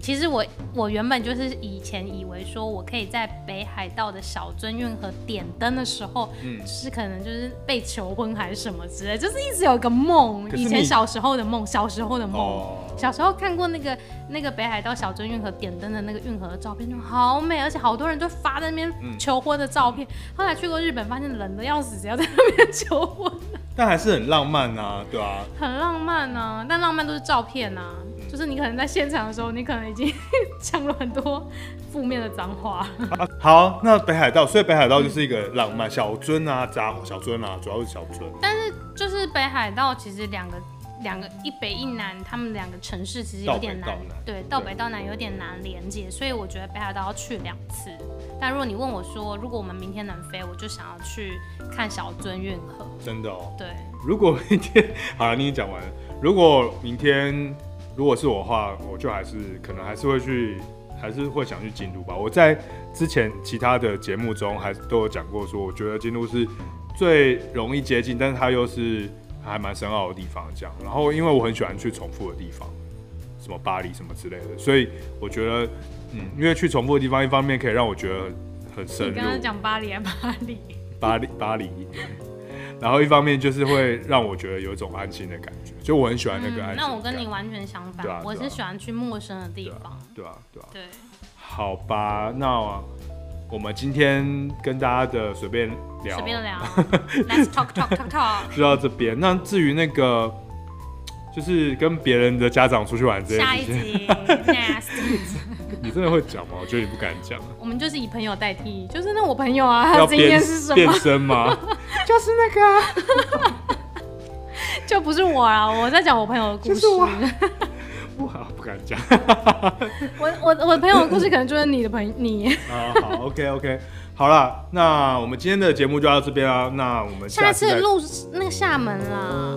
Speaker 2: 其实我我原本就是以前以为说我可以在北海道的小樽运河点灯的时候，
Speaker 1: 嗯
Speaker 2: 就是可能就是被求婚还是什么之类，就是一直有一个梦，
Speaker 1: 可是
Speaker 2: 以前
Speaker 1: 你
Speaker 2: 小时候的梦，小时候的梦。
Speaker 1: 哦，
Speaker 2: 小时候看过那个那个北海道小樽运河点灯的那个运河的照片，就好美，而且好多人都发在那
Speaker 1: 嗯
Speaker 2: 边求婚的照片。后来去过日本，发现冷的要死，只要在那边求婚，
Speaker 1: 但还是很浪漫啊，对啊。嗯
Speaker 2: 很浪漫呢、啊。但浪漫都是照片啊，就是你可能在现场的时候，你可能已经 讲了很多负面的脏话。
Speaker 1: 啊好，那北海道，所以北海道就是一个浪漫小樽啊，杂小樽啊，主要是小樽。
Speaker 2: 就是北海道其实两个两个一北一南，他们两个城市其实有点难
Speaker 1: 到北到南，
Speaker 2: 对，到
Speaker 1: 对
Speaker 2: 北到南有点难连接，所以我觉得北海道要去两次。但如果你问我说，如果我们明天能飞，我就想要去看小樽运河。
Speaker 1: 真的哦。
Speaker 2: 对，
Speaker 1: 如果明天好了，你已经讲完了。如果明天如果是我的话，我就还是可能还是会去，还是会想去京都吧。我在之前其他的节目中还都有讲过说我觉得京都是最容易接近，但是它又是还蛮深奥的地方。这样，然后因为我很喜欢去重复的地方，什么巴黎什么之类的，所以我觉得，嗯，因为去重复的地方，一方面可以让我觉得很深
Speaker 2: 你
Speaker 1: 入。
Speaker 2: 刚刚讲巴黎还啊巴黎，
Speaker 1: 巴 黎巴黎，对。然后一方面就是会让我觉得有一种安心的感觉，就我很喜欢那个安心、感
Speaker 2: 嗯那我跟你完全相反，
Speaker 1: 对啊对啊
Speaker 2: 我是喜欢去陌生的地方。
Speaker 1: 对啊对啊，
Speaker 2: 对，
Speaker 1: 好吧，那我们今天跟大家的随便聊
Speaker 2: 随便聊，Let's talk talk talk talk。
Speaker 1: 就到这边。那至于那个就是跟别人的家长出去玩这件
Speaker 2: 下一
Speaker 1: 事情，
Speaker 2: 集 ，Next，
Speaker 1: 你真的会讲吗？我觉得你不敢 讲。
Speaker 2: 我们就是以朋友代替，就
Speaker 4: 就是是那我朋友啊，他
Speaker 1: 要
Speaker 4: 的经验
Speaker 1: 变
Speaker 4: 是什
Speaker 1: 变
Speaker 4: 么？
Speaker 1: 身 吗？
Speaker 2: 啊
Speaker 4: 就不是我啊，我在讲我朋友的故事。
Speaker 1: 啊
Speaker 4: 我
Speaker 1: 不好，不敢讲。
Speaker 4: 我我朋友的故事可能就是你的朋友，你
Speaker 1: 啊，好，OK OK，好啦，那我们今天的节目就到这边啦。那我们
Speaker 2: 下
Speaker 1: 次再
Speaker 2: 次录那个厦门啦，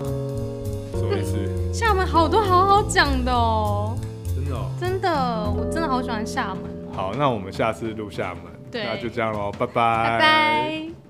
Speaker 1: 什么意思？
Speaker 4: 厦门好多好好讲的哦，
Speaker 1: 真的、哦。
Speaker 4: 真的，我真的好喜欢厦门。
Speaker 1: 好，那我们下次录厦门，
Speaker 2: 对
Speaker 1: 那就这样喽，拜
Speaker 4: 拜拜。